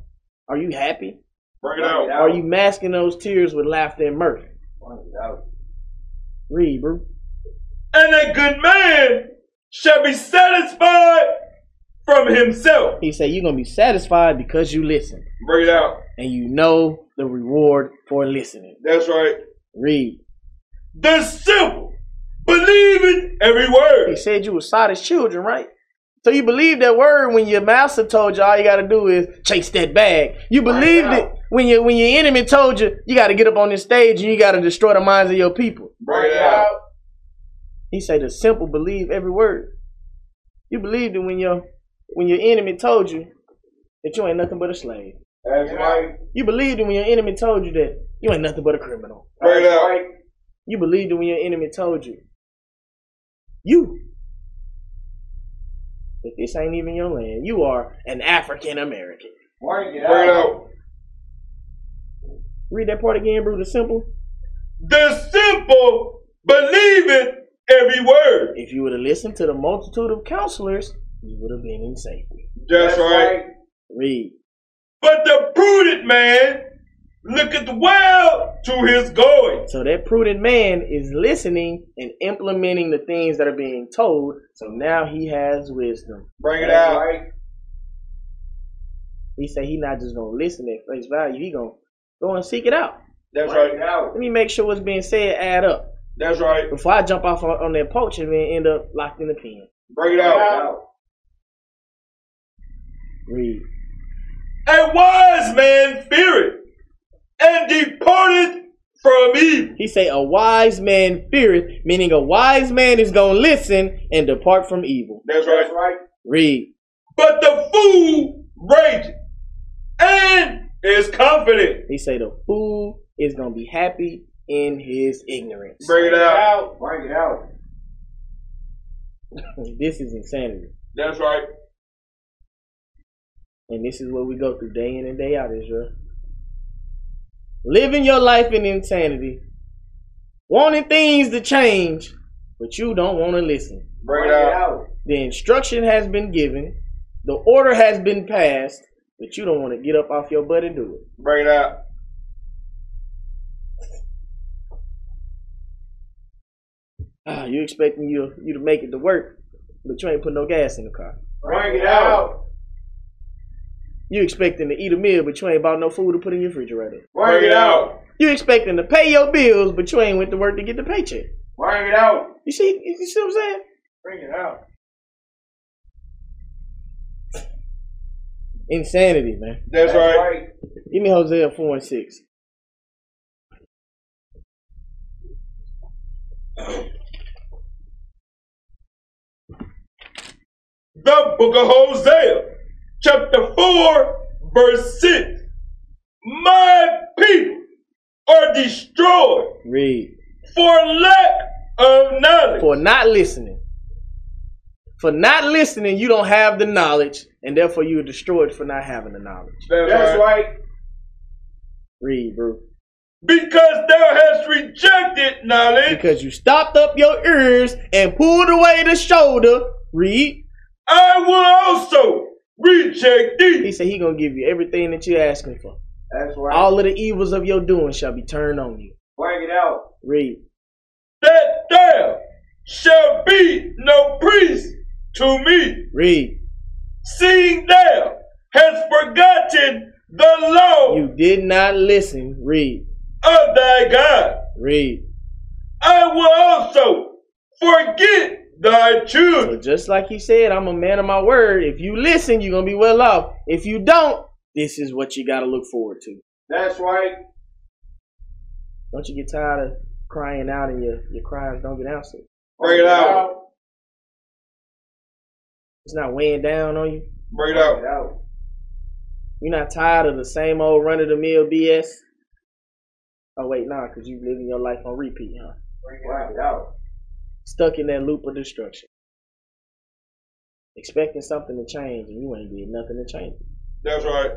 Are you happy? Bring it out. Are you masking those tears with laughter and mirth? Read, bro. And a good man shall be satisfied from himself. He said you're gonna be satisfied because you listen Bring it out. and you know the reward for listening. That's right. Read. The simple believing every word. He said you were Soddom's children, right? So you believed that word when your master told you all you gotta do is chase that bag. You believed Right. it when your when your enemy told you you gotta get up on this stage and you gotta destroy the minds of your people. Bring it out. He said the simple believe every word. You believed it when your when your enemy told you that you ain't nothing but a slave. That's right. You believed it when your enemy told you that you ain't nothing but a criminal. Bring it out. You believed it when your enemy told you. You. That this ain't even your land. You are an African American. Bring it Bring it out. out. Read that part again, Bruce. It's simple. The simple believing every word. If you would have listened to the multitude of counselors, you would have been in safety. That's, right. Read. But the prudent man looketh well to his going. So that prudent man is listening and implementing the things that are being told. So now he has wisdom. Bring it That's out. right. He said he not just gonna listen at face value. He gonna go and seek it out. That's Bring it right. out. Let me make sure what's being said add up. That's right. before I jump off on, on that poach and then end up locked in the pen. Bring it Bring it out. out. Read. A wise man feareth and departeth from evil. He say, "A wise man feareth," meaning a wise man is gonna listen and depart from evil. That's That's right. right. Read. But the fool rageth and is confident. He say, "The fool is gonna be happy in his ignorance." Bring it out. Bring it out. This is insanity, That's right. and this is what we go through day in and day out, Israel. Living your life in insanity, wanting things to change, but you don't want to listen. Bring it out. The instruction has been given, the order has been passed, but you don't want to get up off your butt and do it. Bring it out. Ah, you expecting you you to make it to work, but you ain't put no gas in the car. Bring it out. You expecting to eat a meal, but you ain't bought no food to put in your refrigerator. Bring it out. You expecting to pay your bills, but you ain't went to work to get the paycheck. Bring it out. You see, you see what I'm saying? Bring it out. Insanity, man. That's, right. Give me Hosea 4 and 6. The book of Hosea, chapter 4, verse 6. My people are destroyed Read. for lack of knowledge. For not listening. For not listening, you don't have the knowledge, and therefore you are destroyed for not having the knowledge. That's, That's right. Read, bro. Because thou hast rejected knowledge, Because you stopped up your ears and pulled away the shoulder. Read. I will also reject He thee. said he gonna give you everything that you're asking for. That's right. All of the evils of your doing shall be turned on you. Bring it out. Read. That thou shall be no priest to me, Read. seeing thou hast forgotten the law You did not listen. Read. of thy God. Read. I will also forget thy So children. just like he said, I'm a man of my word. If you listen, you're gonna be well off. If you don't, this is what you gotta look forward to. That's right. Don't you get tired of crying out and your, your cries don't get answered? Bring it out. It's not weighing down on you. Bring it Bring out. it out. You're not tired of the same old run of the mill BS. Oh wait, nah, cause you living your life on repeat, huh? Bring it out. Stuck in that loop of destruction. Expecting something to change and you ain't did nothing to change. it. That's right.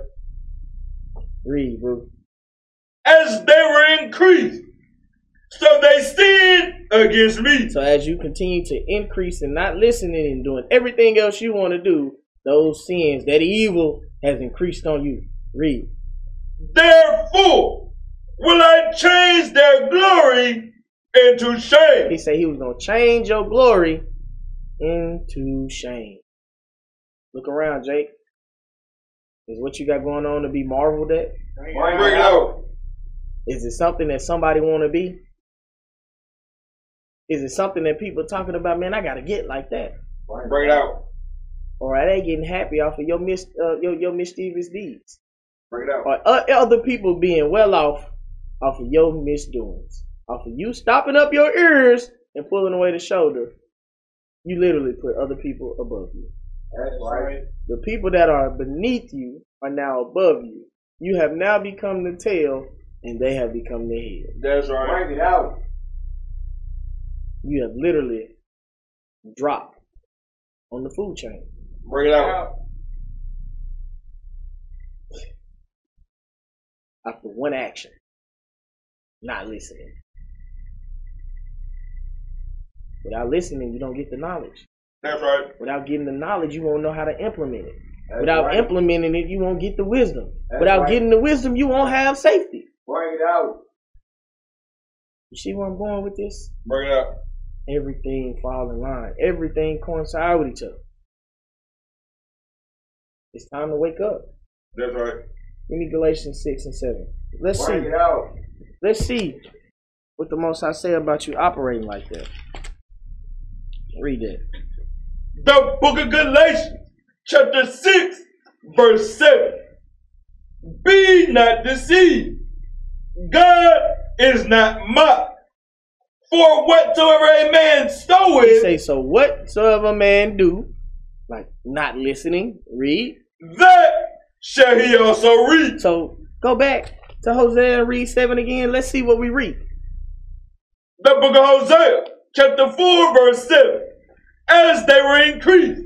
Read, bro. As they were increased, so they sinned against me. So as you continue to increase and not listening and doing everything else you want to do, those sins, that evil has increased on you. Read. Therefore, will I change their glory into He shame. said he was gonna change your glory into shame. Look around, Jake. Is what you got going on to be marveled at? Bring Bring it out. Is it something that somebody wanna be? Is it something that people talking about? Man, I gotta get like that, Bring it out. or are they getting happy off of your mis- uh, your your mischievous deeds? Bring it out. or o- other people being well off off of your misdoings, off of you stopping up your ears and pulling away the shoulder. You literally put other people above you. That's right. The people that are beneath you are now above you. You have now become the tail, and they have become the head. That's right. Bring it out. You have literally dropped on the food chain. Bring it out. after one action, not listening. Without listening, you don't get the knowledge. That's right. Without getting the knowledge, you won't know how to implement it. That's Without right. implementing it, you won't get the wisdom. That's Without right. getting the wisdom, you won't have safety. Bring it out. You see where I'm going with this? Bring it out. Everything fall in line. Everything coincide with each other. It's time to wake up. That's right. Give me Galatians six and seven. Let's Bring see. it out. Let's see what the most I say about you operating like that. Read it. The book of Galatians, chapter 6, verse 7. Be not deceived. God is not mocked. For whatsoever a man He say, soweth, so whatsoever man do, like not listening, read. that shall he also reap. So go back to Hosea and read seven again. Let's see what we read. The book of Hosea, chapter 4, verse 7. As they were increased,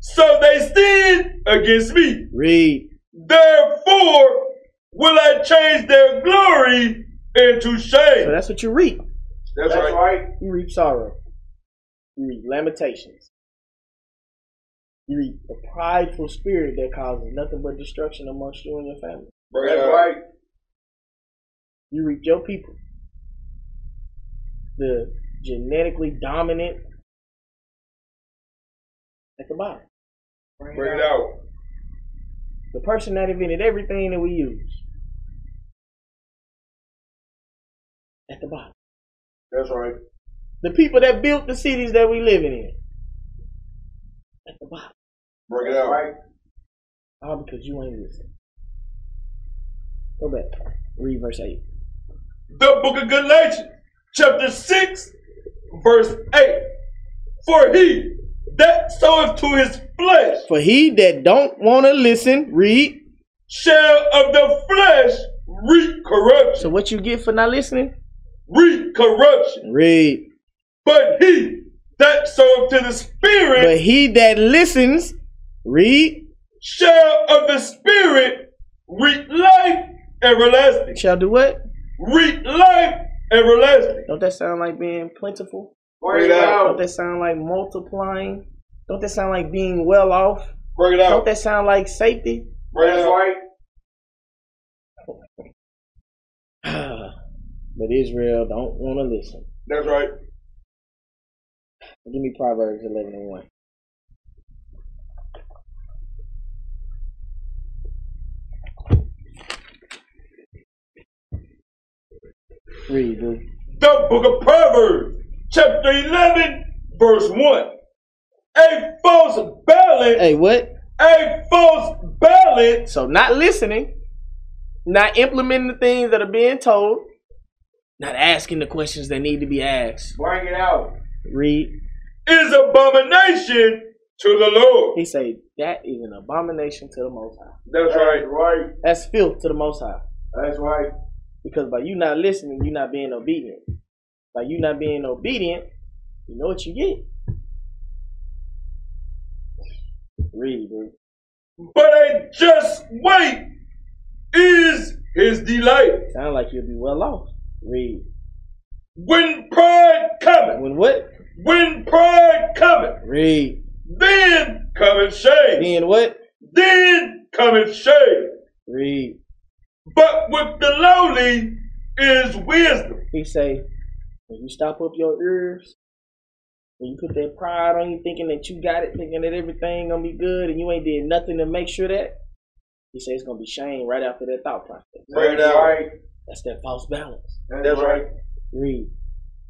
so they sinned against me. Read. Therefore will I change their glory into So shame. that's what you reap. That's That's right. right. You reap sorrow. You reap lamentations. You reap a prideful spirit that causes nothing but destruction amongst you and your family. Bring it That's out. right. you reap your people. The genetically dominant at the bottom. Bring it out. The person that invented everything that we use. At the bottom. That's right. The people that built the cities that we live in. At the bottom. Bring it That's out. right. All because you ain't listening. Go back. Read verse 8. The book of Galatians, chapter 6, verse 8. For he that soweth to his flesh For he that don't want to listen, read. shall of the flesh So reap corruption. what you get for not listening? Reap corruption. Read. But he that soweth to the Spirit But he that listens, read, shall of the Spirit reap life everlasting. shall do what? Reap life everlasting. Don't that sound like being plentiful? Bring Bring it it out. Don't that sound like multiplying? Don't that sound like being well off? Bring it Don't out. that sound like safety? Bring it That's out. right. but Israel don't want to listen. That's right. Give me Proverbs 11 and 1. Read, dude. The book of Proverbs, chapter 11, verse 1. A false balance, Hey, what? a false balance So not listening, not implementing the things that are being told, not asking the questions that need to be asked. Bring it out. Read. is abomination to the Lord. He say that is an abomination to the Most High. That's right. right. That's filth to the Most High. That's right. Because by you not listening, you not being obedient. By you not being obedient, you know what you get. Read, bro. But a just weight is his delight. Sound like you'll be well off. Read. When pride cometh, When what? when pride cometh, Read. then cometh shame. Then what? Then cometh shame. Read. But with the lowly is wisdom. He say, when you stop up your ears, when you put that pride on you, thinking that you got it, thinking that everything gonna be good, and you ain't did nothing to make sure that, he say it's gonna be shame right after that thought process. Bring it That's out. right. That's that false balance. That's That's right. Read.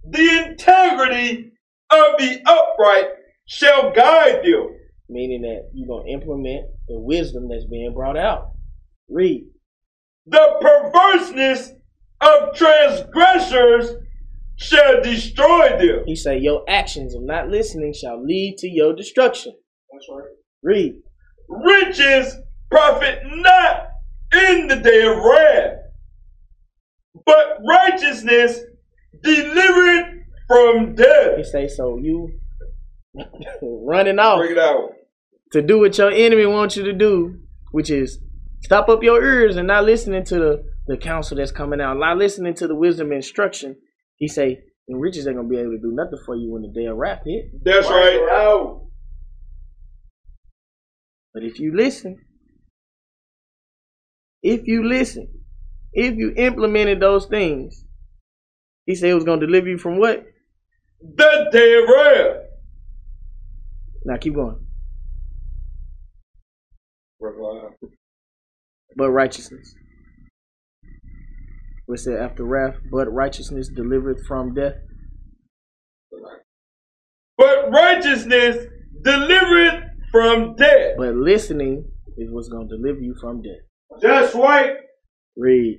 The integrity of the upright shall guide them. meaning that you're going to implement the wisdom that's being brought out. Read. The perverseness of transgressors shall destroy them. He say, your actions of not listening shall lead to your destruction. That's right. Read. riches profit not in the day of wrath, but righteousness delivered from He death. say, so you running off Bring it out. to do what your enemy wants you to do, which is stop up your ears and not listening to the, the counsel that's coming out, not listening to the wisdom and instruction. He say, and riches ain't going to be able to do nothing for you when the day of wrath hit. That's Bring it right. out. But if you listen, if you listen, if you implemented those things, he said it was going to deliver you from what? The day of wrath. Now keep going. But righteousness. We said after wrath, but righteousness delivered from death. But righteousness delivered from death. But listening is what's going to deliver you from death. That's right. Read.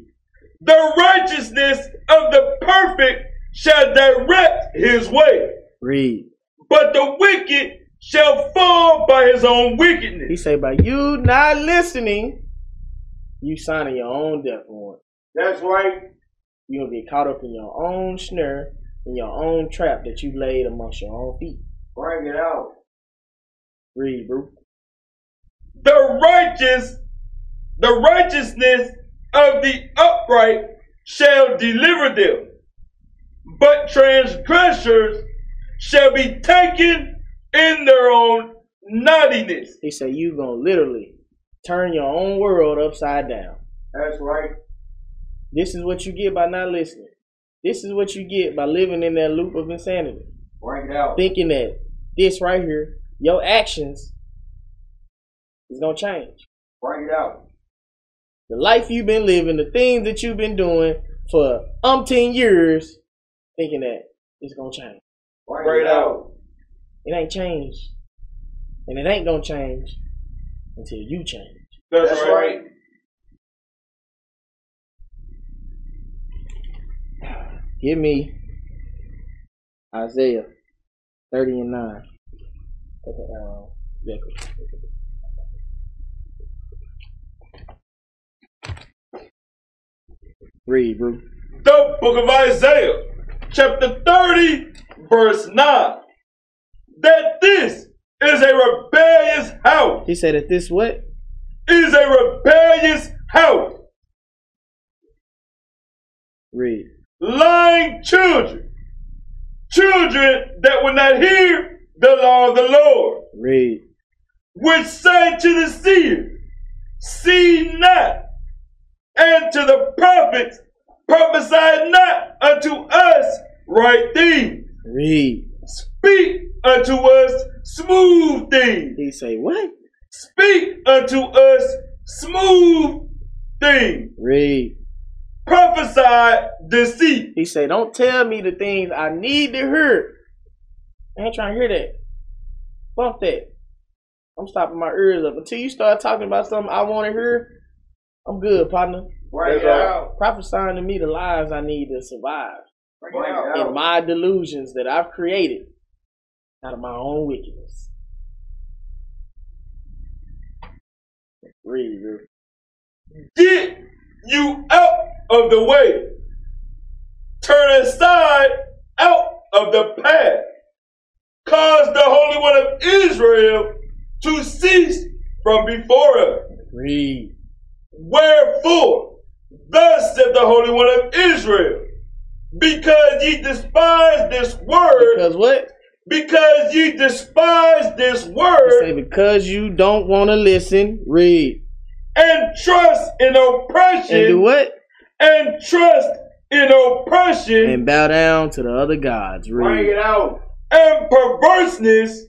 The righteousness of the perfect shall direct his way, Read. but the wicked shall fall by his own He wickedness. say by you not listening, you signing your own death warrant. That's right. you're gonna get caught up in your own snare in your own trap that you laid amongst your own feet. Bring it out. Read, bro. the righteous, the righteousness of the upright shall deliver them, but transgressors shall be taken in their own naughtiness. He said you gonna literally turn your own world upside down. That's right. This is what you get by not listening. This is what you get by living in that loop of insanity. Bring it out. Thinking that this right here, your actions is gonna change. Bring it out. The life you've been living, the things that you've been doing for umpteen years, thinking that it's gonna change. Bring it out. It ain't changed. And it ain't gonna change until you change. That's, That's right. right. Give me Isaiah 30 and 9. Okay, uh, Jacob. Read, bro. The book of Isaiah, chapter 30, verse 9. That this is a rebellious house. He said, "At this what? Is a rebellious house. Read. lying children, children that will not hear the law of the Lord, Read. which say to the seer, See not, and to the prophets, prophesy not unto us right things, Read. speak unto us smooth things, He say, what? speak unto us smooth things, Read. prophesy deceit. He say, don't tell me the things I need to hear. I ain't trying to hear that. Fuck that. I'm stopping my ears up. Until you start talking about something I want to hear, I'm good, partner. Bring That's it right. out. Prophesying to me the lies I need to survive Bring Bring it it out. in my delusions that I've created out of my own wickedness. Read, bro. get you out of the way. Turn aside out of the path. Cause the Holy One of Israel to cease from before us. Read. Wherefore, thus said the Holy One of Israel, because ye despise this word, Because what? because ye despise this He say word, because you don't want to listen. Read. and trust in And do oppression, what? and trust in oppression, And bow down to the other gods. Bring Read. it out. and perverseness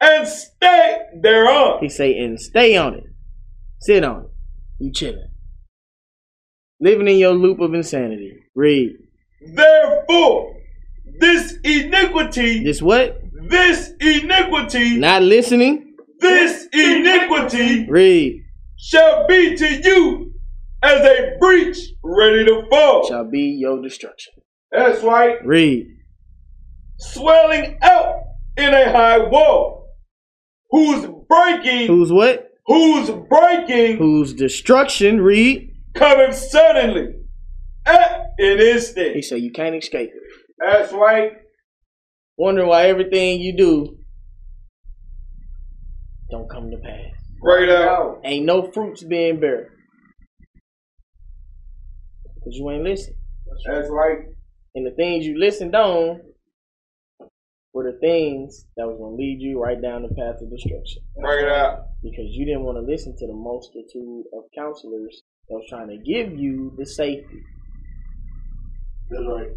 and stay thereon. He say, and stay on it. Sit on it. You chilling. Living in your loop of insanity. Read. Therefore, this iniquity, This what? this iniquity, Not listening. this iniquity Read. shall be to you as a breach ready to fall, Shall be your destruction. That's right. Read. swelling out in a high wall, whose breaking, Who's what? whose breaking Whose destruction? Read. cometh suddenly at an He instant. say you can't escape it. That's right. Wondering why everything you do don't come to pass. Right Bring it out. out. Ain't no fruits being bare. Cause you ain't listen. That's right. And the things you listened on were the things that was gonna lead you right down the path of destruction. Bring it out. Because you didn't want to listen to the multitude of counselors that was trying to give you the safety. That's right.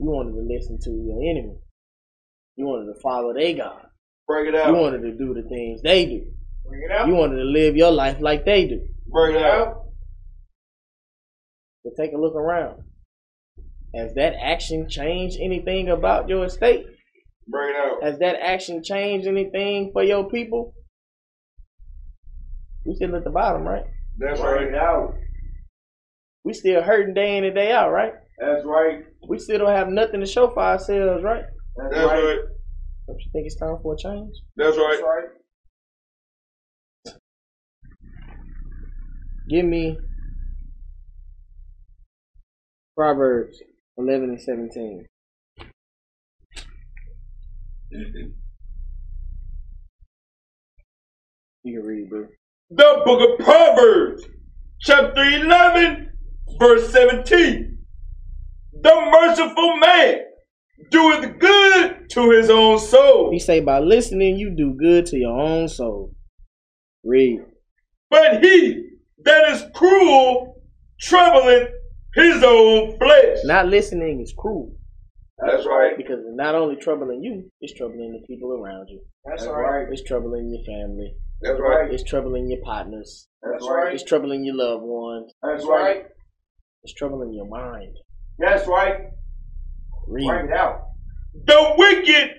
You wanted to listen to your enemy. You wanted to follow their God. Bring it You out. wanted to do the things they do. Bring it out. You wanted to live your life like they do. Bring it out. But take a look around. Has that action changed anything about your estate? Bring it out. Has that action changed anything for your people? We still at the bottom, right? That's Bring right. it out. We still hurting day in and day out, right? That's right. We still don't have nothing to show for ourselves, right? That's, That's right. right. Don't you think it's time for a change? That's That's right. right. Give me Proverbs 11 and 17. You can read, bro. The book of Proverbs, chapter 11, verse 17. The merciful man doeth good to his own soul, He say, by listening, you do good to your own soul. Read. but he that is cruel troubleth his own flesh. Not listening is cruel That's right. because it's not only troubling you, it's troubling the people around you. That's That's right. It's troubling your family. That's right. It's troubling your partners. That's right. It's troubling your loved ones. That's right. It's troubling your mind. That's right. Bring Read. it out. The wicked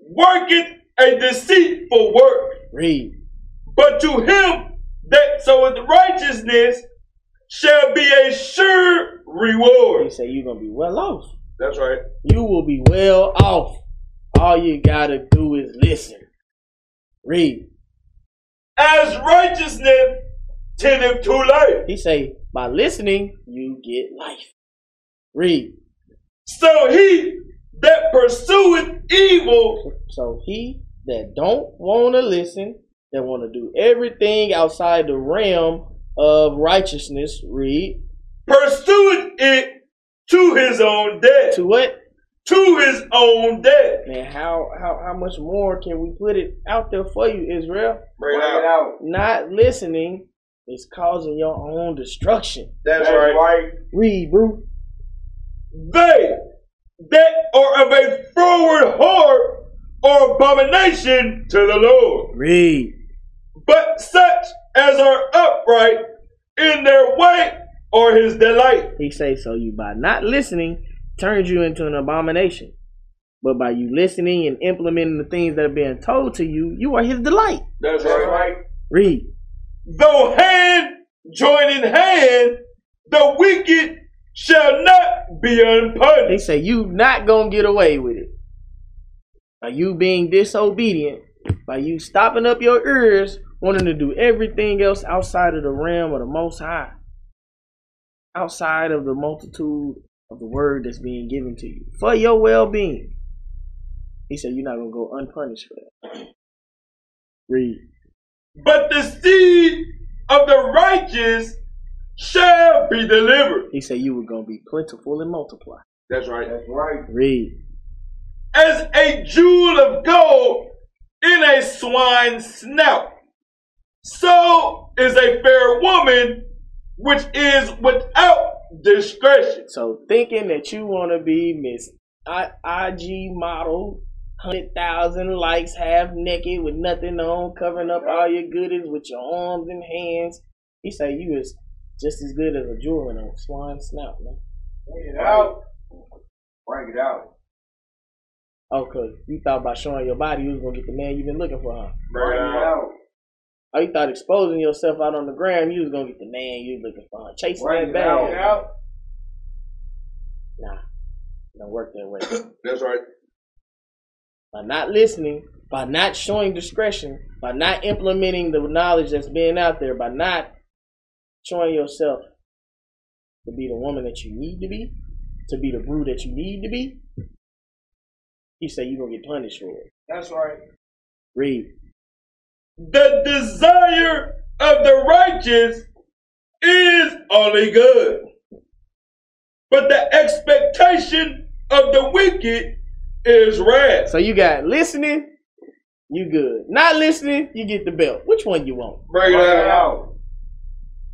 worketh a deceitful work, Read. but to him That so with righteousness shall be a sure They reward. say you're gonna be well off. That's right. You will be well off. All you gotta do is listen. Read. As righteousness tendeth to life. He say, by listening, you get life. Read. So he that pursueth evil So he that don't wanna listen, that wanna do everything outside the realm of righteousness, read. pursueth it to his own death. To what? To his own death. Man, how, how how much more can we put it out there for you, Israel? Bring it out. Not listening is causing your own destruction. That's right. Read, bro. They that are of a forward heart are abomination to the Lord. Read. But such as are upright in their way are his delight. He say so you by not listening turns you into an abomination. But by you listening and implementing the things that are being told to you, you are his delight. That's That's right. Read. Though hand join in hand, the wicked shall not be They unpunished. say you not gonna get away with it. By you being disobedient, by you stopping up your ears, wanting to do everything else outside of the realm of the most high. Outside of the multitude of the word that's being given to you. For your well being. He said you're not gonna go unpunished for that. Read. But the seed of the righteous shall be delivered. He said you were gonna be plentiful and multiply. That's right. That's right. Read. As a jewel of gold in a swine's snout, so is a fair woman which is without discretion. So thinking that you want to be Miss I- IG model, hundred thousand likes, half naked with nothing on, covering up all your goodies with your arms and hands. He say you is just as good as a jewel in a swine snout, man. Bring it out. Bring it out. Oh, 'cause you thought by showing your body you was gonna get the man you been looking for, huh? Bring it out. Oh, you thought exposing yourself out on the ground you was gonna get the man you looking for, huh? Chasing Bring that it out. bag. Nah, don't work that way. That's right. by not listening, by not showing discretion, by not implementing the knowledge that's being out there, by not showing yourself to be the woman that you need to be, to be the brood that you need to be, he said you're gonna get punished for it. That's right. Read. The desire of the righteous is only good, but the expectation of the wicked is wrath. So you got listening, you good. Not listening, you get the belt. Which one you want? Bring Bring it out.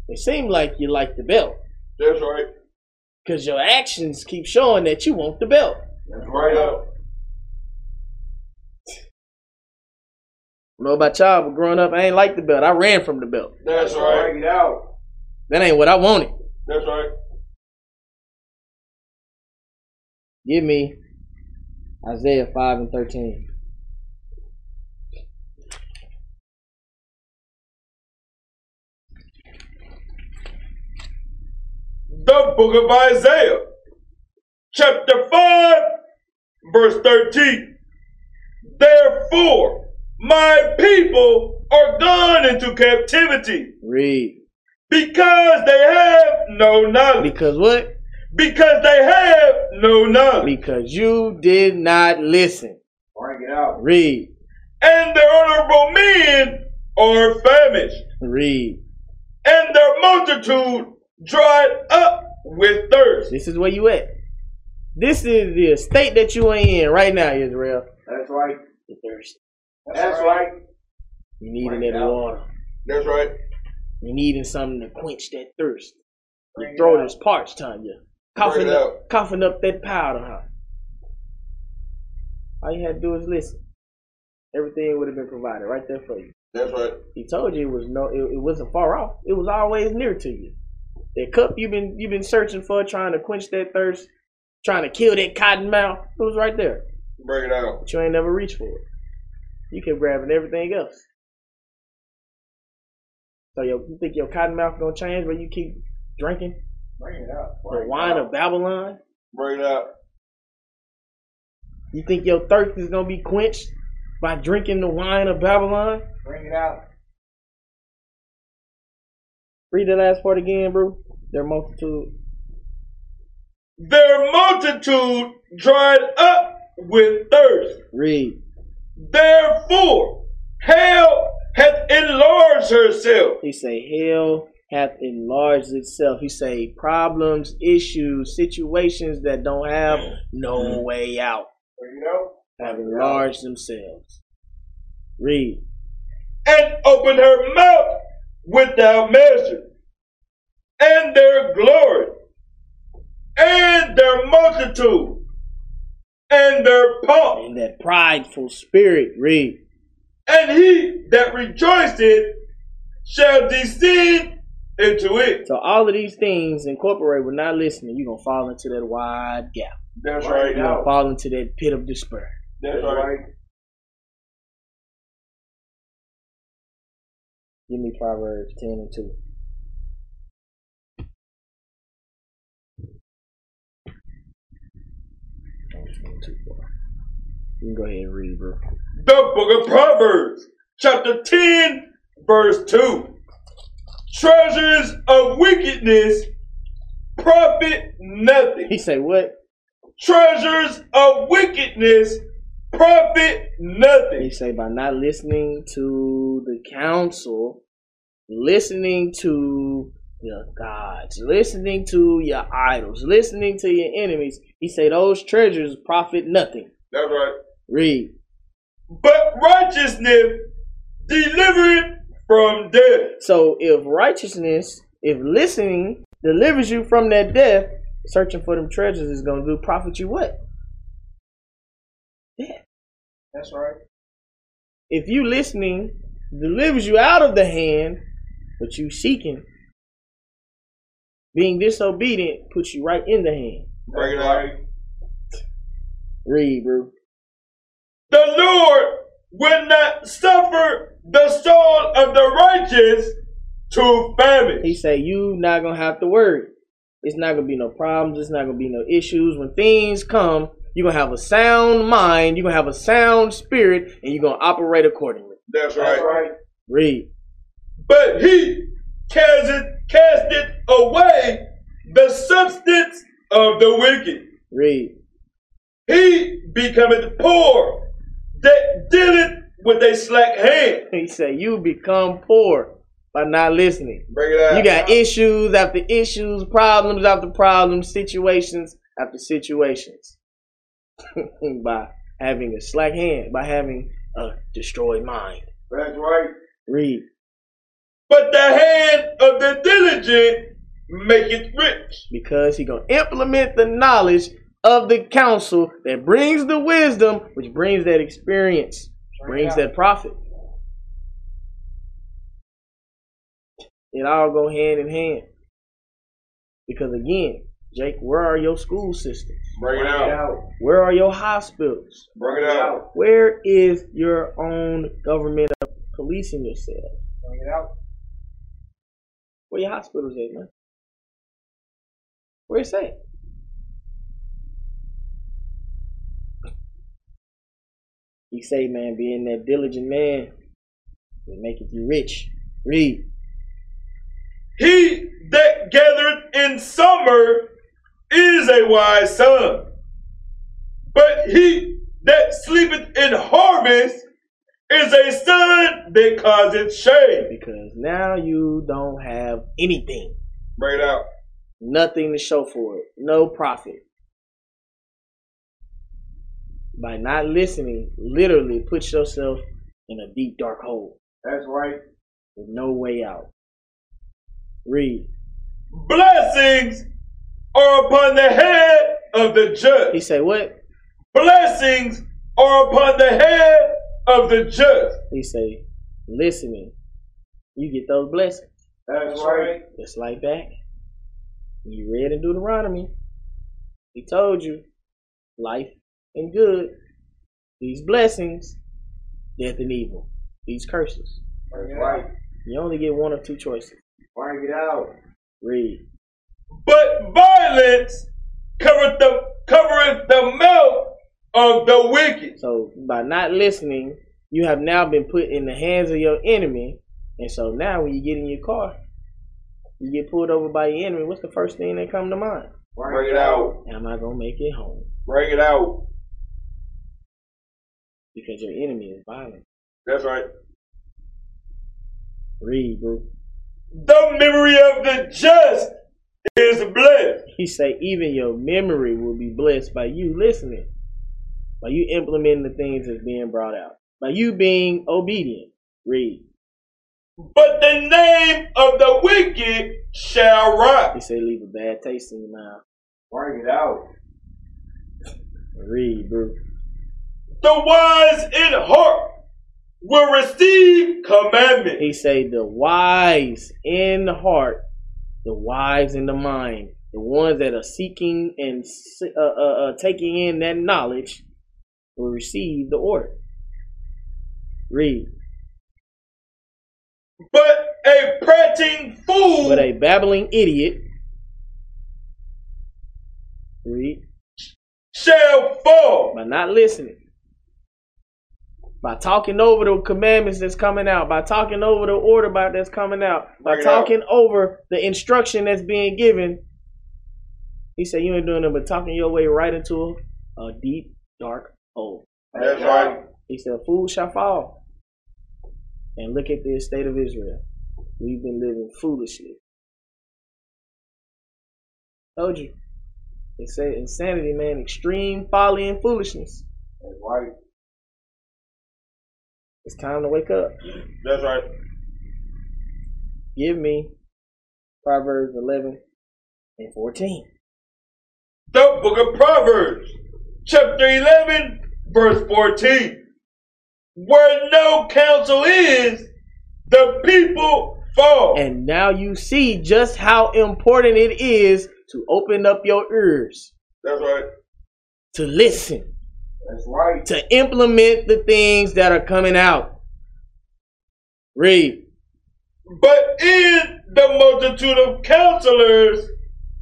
It seems like you like the belt, That's right. because your actions keep showing that you want the belt. That's right out. I don't know about y'all, but growing up, I ain't like the belt. I ran from the belt. That's right. Bring it out. That ain't what I wanted. That's right. Give me Isaiah 5 and 13. the book of Isaiah, chapter 5, verse 13. Therefore, my people are gone into captivity Read. because they have no knowledge. Because what? Because they have no knowledge. Because you did not listen. Bring it out. Read. And their honorable men are famished, Read. and their multitude dried up with thirst. This is where you at. This is the state that you are in right now, Israel. That's right. You're thirsty. That's right. You're needing Right that now. water. That's right. You're needing something to quench that thirst. Your Bring it throat out. is parched, Tanya. Coughing Bring it up, coughing up that powder, huh? All you had to do is listen. Everything would have been provided right there for you. That's right. He told you it was no, it, it wasn't far off. It was always near to you. That cup you've been you've been searching for, trying to quench that thirst, trying to kill that cotton mouth. It was right there, Bring it out. but you ain't never reached for it. You kept grabbing everything else. So your, you think your cotton mouth gonna change when you keep drinking Bring it out. the wine of Babylon? Bring it up. You think your thirst is gonna be quenched by drinking the wine of Babylon? Bring it out. Read the last part again, bro. Their multitude. Their multitude dried up with thirst. Read. Therefore, hell hath enlarged herself. He say hell hath enlarged itself. He say problems, issues, situations that don't have no way out Bring it out. have enlarged themselves. Read. and opened her mouth without measure, and their glory, and their multitude, and their pomp, In that prideful spirit, read. and he that rejoiceth shall deceive into it. So all of these things incorporate with not listening, you're gonna fall into that wide gap. That's right. You're gonna fall into that pit of despair. That's That's right. right. Give me Proverbs ten and two. Too far. You can go ahead and read, bro. The book of Proverbs, chapter 10, verse 2. Treasures of wickedness profit nothing. He say what? treasures of wickedness profit They nothing. say by not listening to the counsel, listening to your gods, listening to your idols, listening to your enemies. He say those treasures profit nothing. That's right. Read. But righteousness delivered from death. So if righteousness, if listening delivers you from that death, searching for them treasures is gonna do profit you what? That's right. If you listening delivers you out of the hand, but you seeking, being disobedient puts you right in the hand. Bring it out. Read, bro. The Lord will not suffer the soul of the righteous to He famine. say you not gonna have to worry. It's not gonna be no problems. It's not gonna be no issues. When things come, you gonna have a sound mind. you gonna have a sound spirit, and you're gonna operate accordingly. That's That's right. Read. But he casteth, casteth away the substance of the wicked. Read. He becometh poor that dealeth with a slack hand. He said, "You become poor by not listening. Bring it out. You got issues after issues, problems after problems, situations after situations. by having a slack hand, by having a destroyed mind. That's right. Read. But the hand of the diligent maketh rich. Because he gonna implement the knowledge of the counsel that brings the wisdom, which brings that experience, brings that profit. It all go hand in hand. Because again, Jake, where are your school systems? Bring Bring it out. Where are your hospitals? Bring it out. Where is your own government of policing yourself? Bring it out. Where your hospitals at, man? Where it's at? He say, man, being that diligent man, it maketh you rich. Read. He that gathered in summer is a wise son. But he that sleepeth in harvest is a son that causeth shame. Because now you don't have anything. Bring it out. Nothing to show for it. No profit. By not listening, literally put yourself in a deep dark hole That's right. with no way out. Read. Blessings are upon the head of the He just. say what? Blessings are upon the head of the just. He say, listening, you get those blessings. That's right. Just like that. You read in Deuteronomy. He told you, life and good, these blessings, death and evil, these curses. That's right. You only get one of two choices. Bring it out. Read. But violence covereth the covereth the mouth of the wicked. So by not listening, you have now been put in the hands of your enemy. And so now when you get in your car, you get pulled over by your enemy, what's the first thing that come to mind? Bring it out. Am I gonna make it home? Bring it out. Because your enemy is violent. That's right. Read, bro. The memory of the just is blessed. He say even your memory will be blessed by you listening, by you implementing the things that's being brought out, by you being obedient. Read. But the name of the wicked shall He rot. say leave a bad taste in your mouth. Bring it out. Read, bro. The wise in heart will receive commandment. He say the wise in the heart, the wise in the mind, the ones that are seeking and se- uh, uh, uh, taking in that knowledge will receive the order. Read. But a prating fool But a babbling idiot. Read. shall fall. By not listening. By talking over the commandments that's coming out, by talking over the order by that's coming out, by Bring it out. talking over the instruction that's being given. He said, "You ain't doing nothing but talking your way right into a, a deep, dark hole." Bring it out. He said, "Fool shall fall." And look at the state of Israel. We've been living foolishly. Told you. They said insanity, man, extreme folly and foolishness. That's right. It's time to wake up. That's right. Give me Proverbs 11 and 14. The book of Proverbs, chapter 11, verse 14. Where no counsel is, the people fall. And now you see just how important it is to open up your ears, That's right. to listen, That's right. to implement the things that are coming out. Read. But in the multitude of counselors,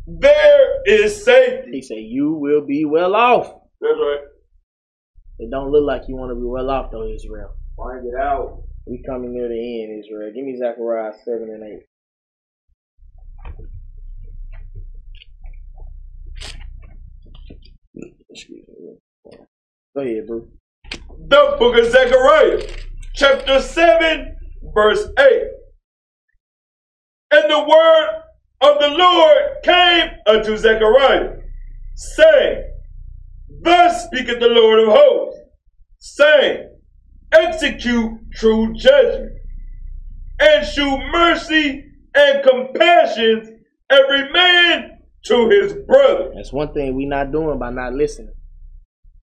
there is He safety. said, You will be well off. That's right. It don't look like you want to be well off, though, Israel. Bring it out. We coming near the end, Israel. Give me Zechariah 7 and 8. Excuse me. Go ahead, bro. The book of Zechariah, chapter 7, verse 8. And the word of the Lord came unto Zechariah, saying, Thus speaketh the Lord of hosts, saying, Execute true judgment, and shew mercy and compassion every man to his brother. That's one thing we not doing by not listening.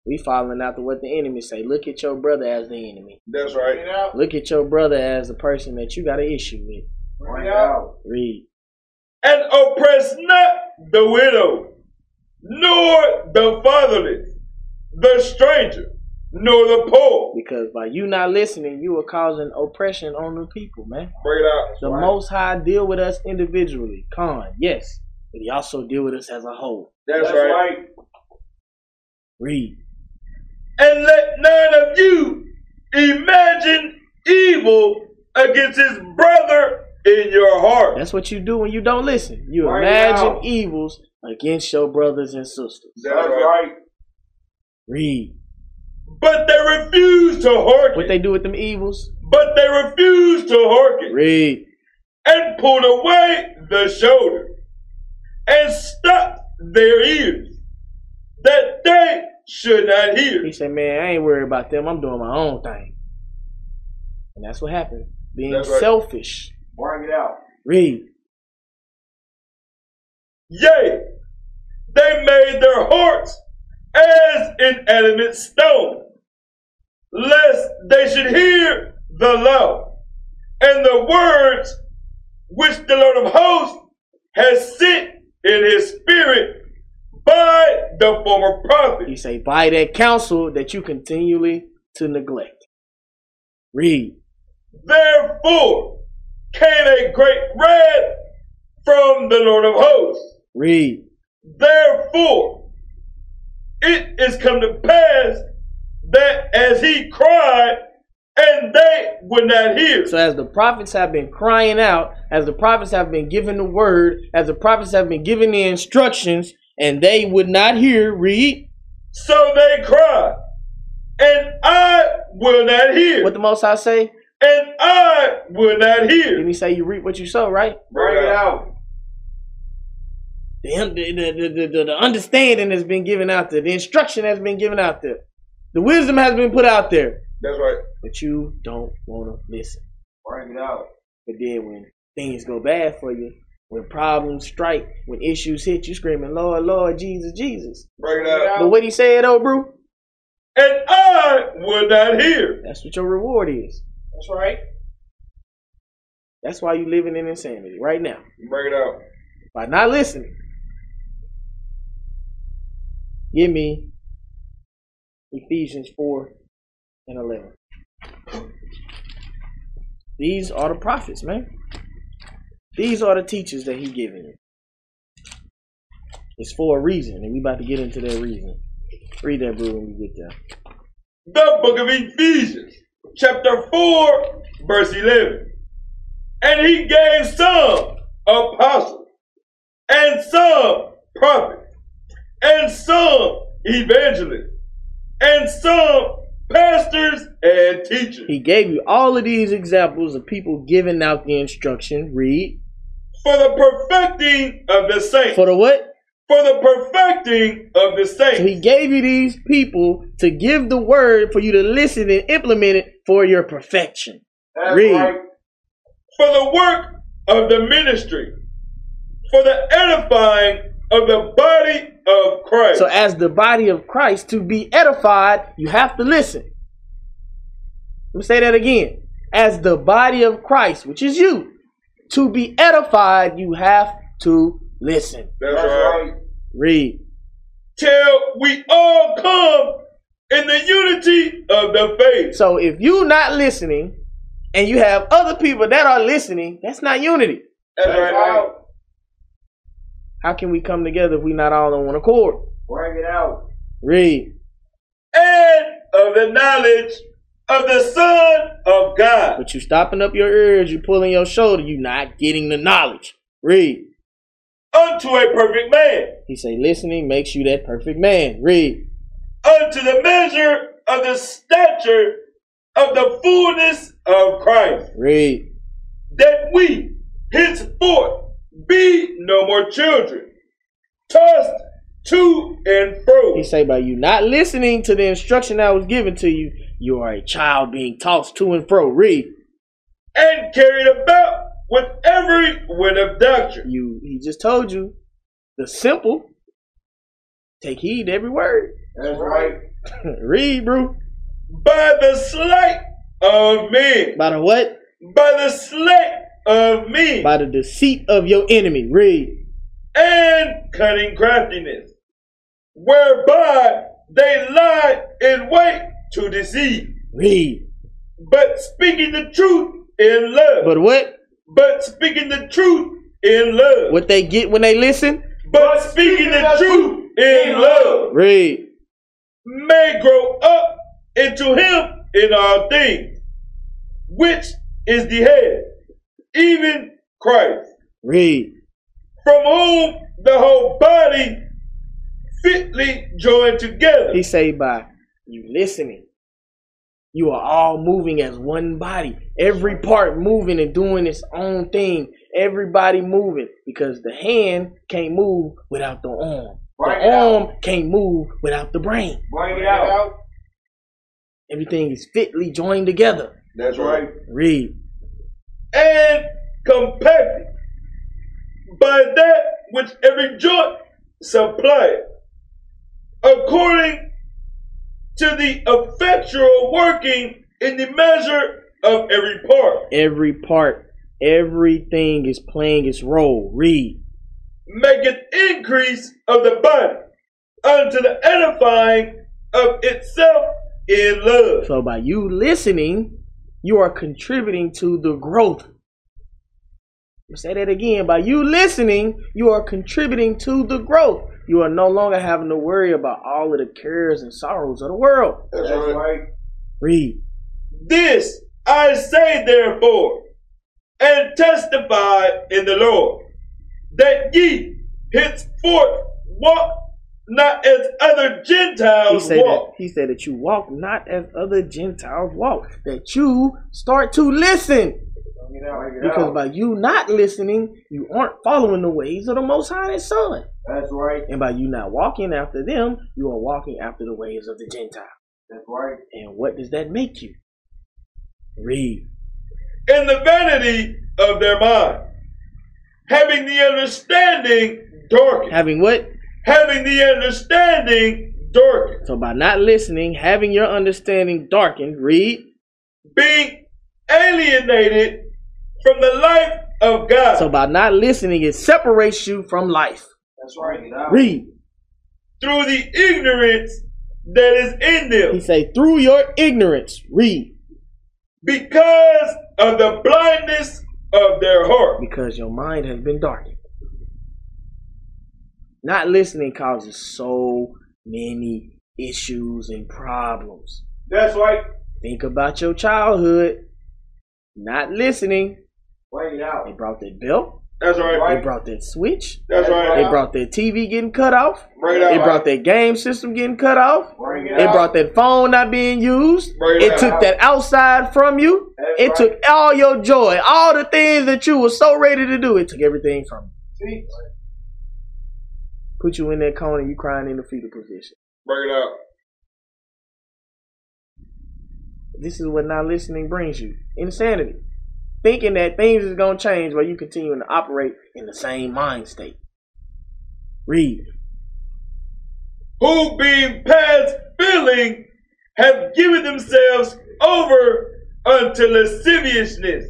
We following after what the enemy say. Look at your brother as the enemy. That's Bring it out. Look at your brother as the person that you got an issue with. Bring it out. Read. and oppress not the widow, nor the fatherless, the stranger, nor the poor. Because by you not listening, you are causing oppression on the people, man. Bring it out. The Right. Most High deal with us individually, con, yes, but He also deal with us as a whole. That's, right. Read. And let none of you imagine evil against his brother in your heart. That's what you do when you don't listen. You Right imagine now. evils against your brothers and sisters. That's right. Read. But they refuse to What hearken. they do with them evils? but they refuse to hearken. Read. and pulled away the shoulder and stopped their ears that they should not hear. He said, "Man, I ain't worried about them. I'm doing my own thing." And that's what happened. Being That's right. selfish. Bring it out. Read. Yea, they made their hearts as inanimate stone, lest they should hear the law and the words which the Lord of hosts has sent in his spirit by the former prophet. He say, "By that counsel that you continually to neglect." Read. Therefore, came a great wrath from the Lord of hosts. Read. Therefore, it is come to pass that as he cried, and they would not hear. So as the prophets have been crying out, as the prophets have been given the word, as the prophets have been given the instructions, and they would not hear, read So they cried, and I will not hear. what the Most High say. and I will not Didn't hear. he say you reap what you sow, right? Bring it out. The, the, the, the, the, the understanding has been given out there. The instruction has been given out there. The wisdom has been put out there. That's right. But you don't want to listen. Bring it out. But then when things go bad for you, when problems strike, when issues hit, you screaming, Lord, Lord, Jesus, Jesus. Break it out. But what he said, though, bro, And I will not hear. that's what your reward is. That's right. That's why you living in insanity right now. Break it out. By not listening. Give me Ephesians 4 and 11. These are the prophets, man. These are the teachers that he giving you. It's for a reason, and we about to get into that reason. Read that, bro, when we get there. The book of Ephesians, chapter 4, verse 11. And he gave some apostles, and some prophets, and some evangelists, and some pastors and teachers He gave you all of these examples of people giving out the instruction. Read. for the perfecting of the saints. For the what? For the perfecting of the So saints. he gave you these people to give the word for you to listen and implement it for your perfection. That's Read. right. for the work of the ministry, for the edifying of the body of Christ. So as the body of Christ to be edified, you have to listen. Let me say that again. As the body of Christ, which is you, to be edified, you have to listen. That's That's right. right. Read. Till we all come in the unity of the faith. So if you not listening and you have other people that are listening, that's not unity. That's Bring it right. out. How can we come together if we not all on one accord? Bring it out. Read. And of the knowledge of the Son of God, But you stopping up your ears, you pulling your shoulder, you not getting the knowledge. Read. unto a perfect man, He say listening makes you that perfect man. Read. unto the measure of the stature of the fullness of Christ. Read. that we henceforth be no more children, tossed to and fro He say by you not listening to the instruction that was given to you, you are a child being tossed to and fro. Read. and carried about with every wind of doctrine. You he just told you the simple. Take heed to every word. That's right. Read, bro. By the slight of men, By the what? by the slight of men, By the deceit of your enemy. Read. and cunning craftiness, whereby they lie in wait to deceive, Read. but speaking the truth in love, But what? but speaking the truth in love. What they get when they listen? but speaking the truth in love Read. may grow up into him in all things, which is the head, even Christ, Read. from whom the whole body fitly joined together He say by you listening. You are all moving as one body. Every part moving and doing its own thing. Everybody moving because the hand can't move without the arm. The Bring it out. arm can't move without the brain. Bring it out. Everything is fitly joined together. That's right. Read. and compacted by that which every joint supplied, according to the effectual working in the measure of every part, Every part, everything is playing its role. Read. maketh increase of the body unto the edifying of itself in love. So by you listening, you are contributing to the growth I'ma say that again. By you listening, you are contributing to the growth. You are no longer having to worry about all of the cares and sorrows of the world. That's right. Read. This I say, therefore, and testify in the Lord, that ye henceforth walk not as other He Gentiles said, that, walk. he said that you walk not as other Gentiles walk, that you start to listen. Bring it out. Bring it Because out. by you not listening, you aren't following the ways of the Most High and Son. That's right. And by you not walking after them, you are walking after the ways of the Gentile. That's right. And what does that make you? Read. in the vanity of their mind, having the understanding darkened, Having what? having the understanding darkened, So by not listening, having your understanding darkened, read. being alienated from the life of God So by not listening, it separates you from life. That's right. Bring it out. Read. through the ignorance that is in He them, say, through your ignorance, read. because of the blindness of their heart. Because your mind has been darkened. Not listening causes so many issues and problems. That's right. Think about your childhood. Not listening. Bring it They out. brought that belt. That's right. They brought that switch. That's They right. brought that TV getting cut off. Bring it They out. brought that game system getting cut off. Bring it They out. brought that phone not being used. Bring it It took out. that outside from you. That's It right. took all your joy, all the things that you were so ready to do. It took everything from you. See? Put you in that corner, you crying in the fetal position. Bring it out. This is what not listening brings you insanity. Thinking that things is going to change while you continuing to operate in the same mind state. Read. who being past feeling have given themselves over unto lasciviousness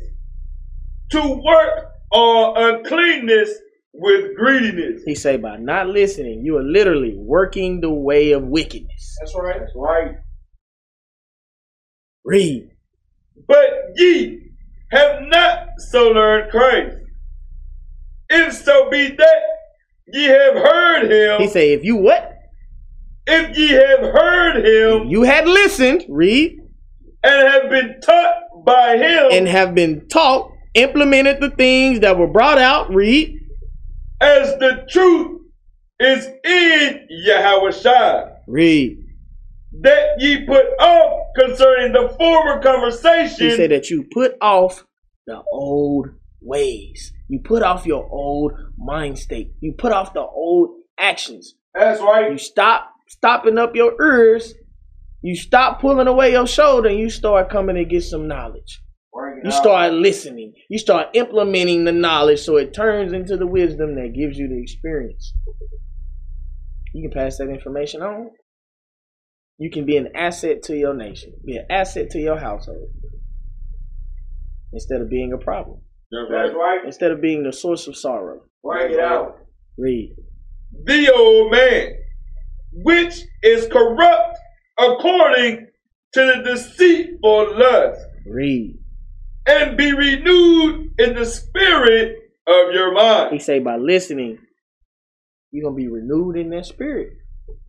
to work on uncleanness with greediness. He say, by not listening, you are literally working the way of wickedness. That's right. That's right. Read. But ye have not so learned Christ. If so be that ye have heard He him, say, if you what? if ye have heard him You had listened, read, and have been taught by him and have been taught, implemented the things that were brought out, read, as the truth is in Yahweh Shai, read. that ye put off concerning the former He conversation said that you put off the old ways. You put off your old mind state. You put off the old actions. That's You right. stop stopping up your ears. You stop pulling away your shoulder and you start coming and get some knowledge. Bring it You out. start listening. You start implementing the knowledge so it turns into the wisdom that gives you the experience. You can pass that information on. You can be an asset to your nation, be an asset to your household instead of being a problem, That's right. instead of being the source of sorrow. Bring it out. Read. the old man, which is corrupt according to the deceitful lust, Read. and be renewed in the spirit of your He mind. say by listening, you're gonna be renewed in that spirit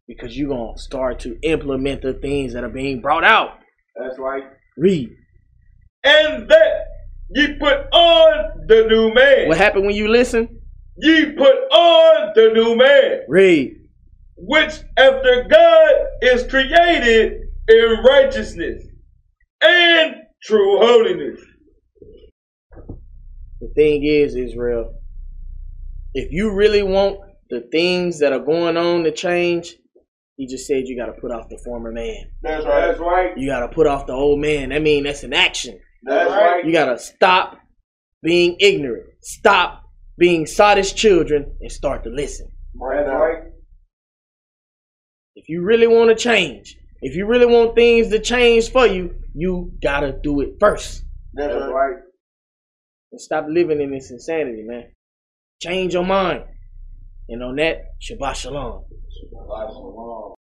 because you're gonna start to implement the things that are being brought out. That's right. Read. And that ye put on the new man. What happened when you listen? Ye put on the new man. Read. which after God is created in righteousness and true holiness. The thing is, Israel, if you really want the things that are going on to change, he just said you got to put off the former man. That's That's right. You got to put off the old man. That means that's an action. That's You right. got to stop being ignorant, stop being sottish children, and start to listen. That's right. If you really want to change, if you really want things to change for you, you got to do it first. That's right. and stop living in this insanity, man. Change your mind. And on that, Shabbat Shalom. That's right.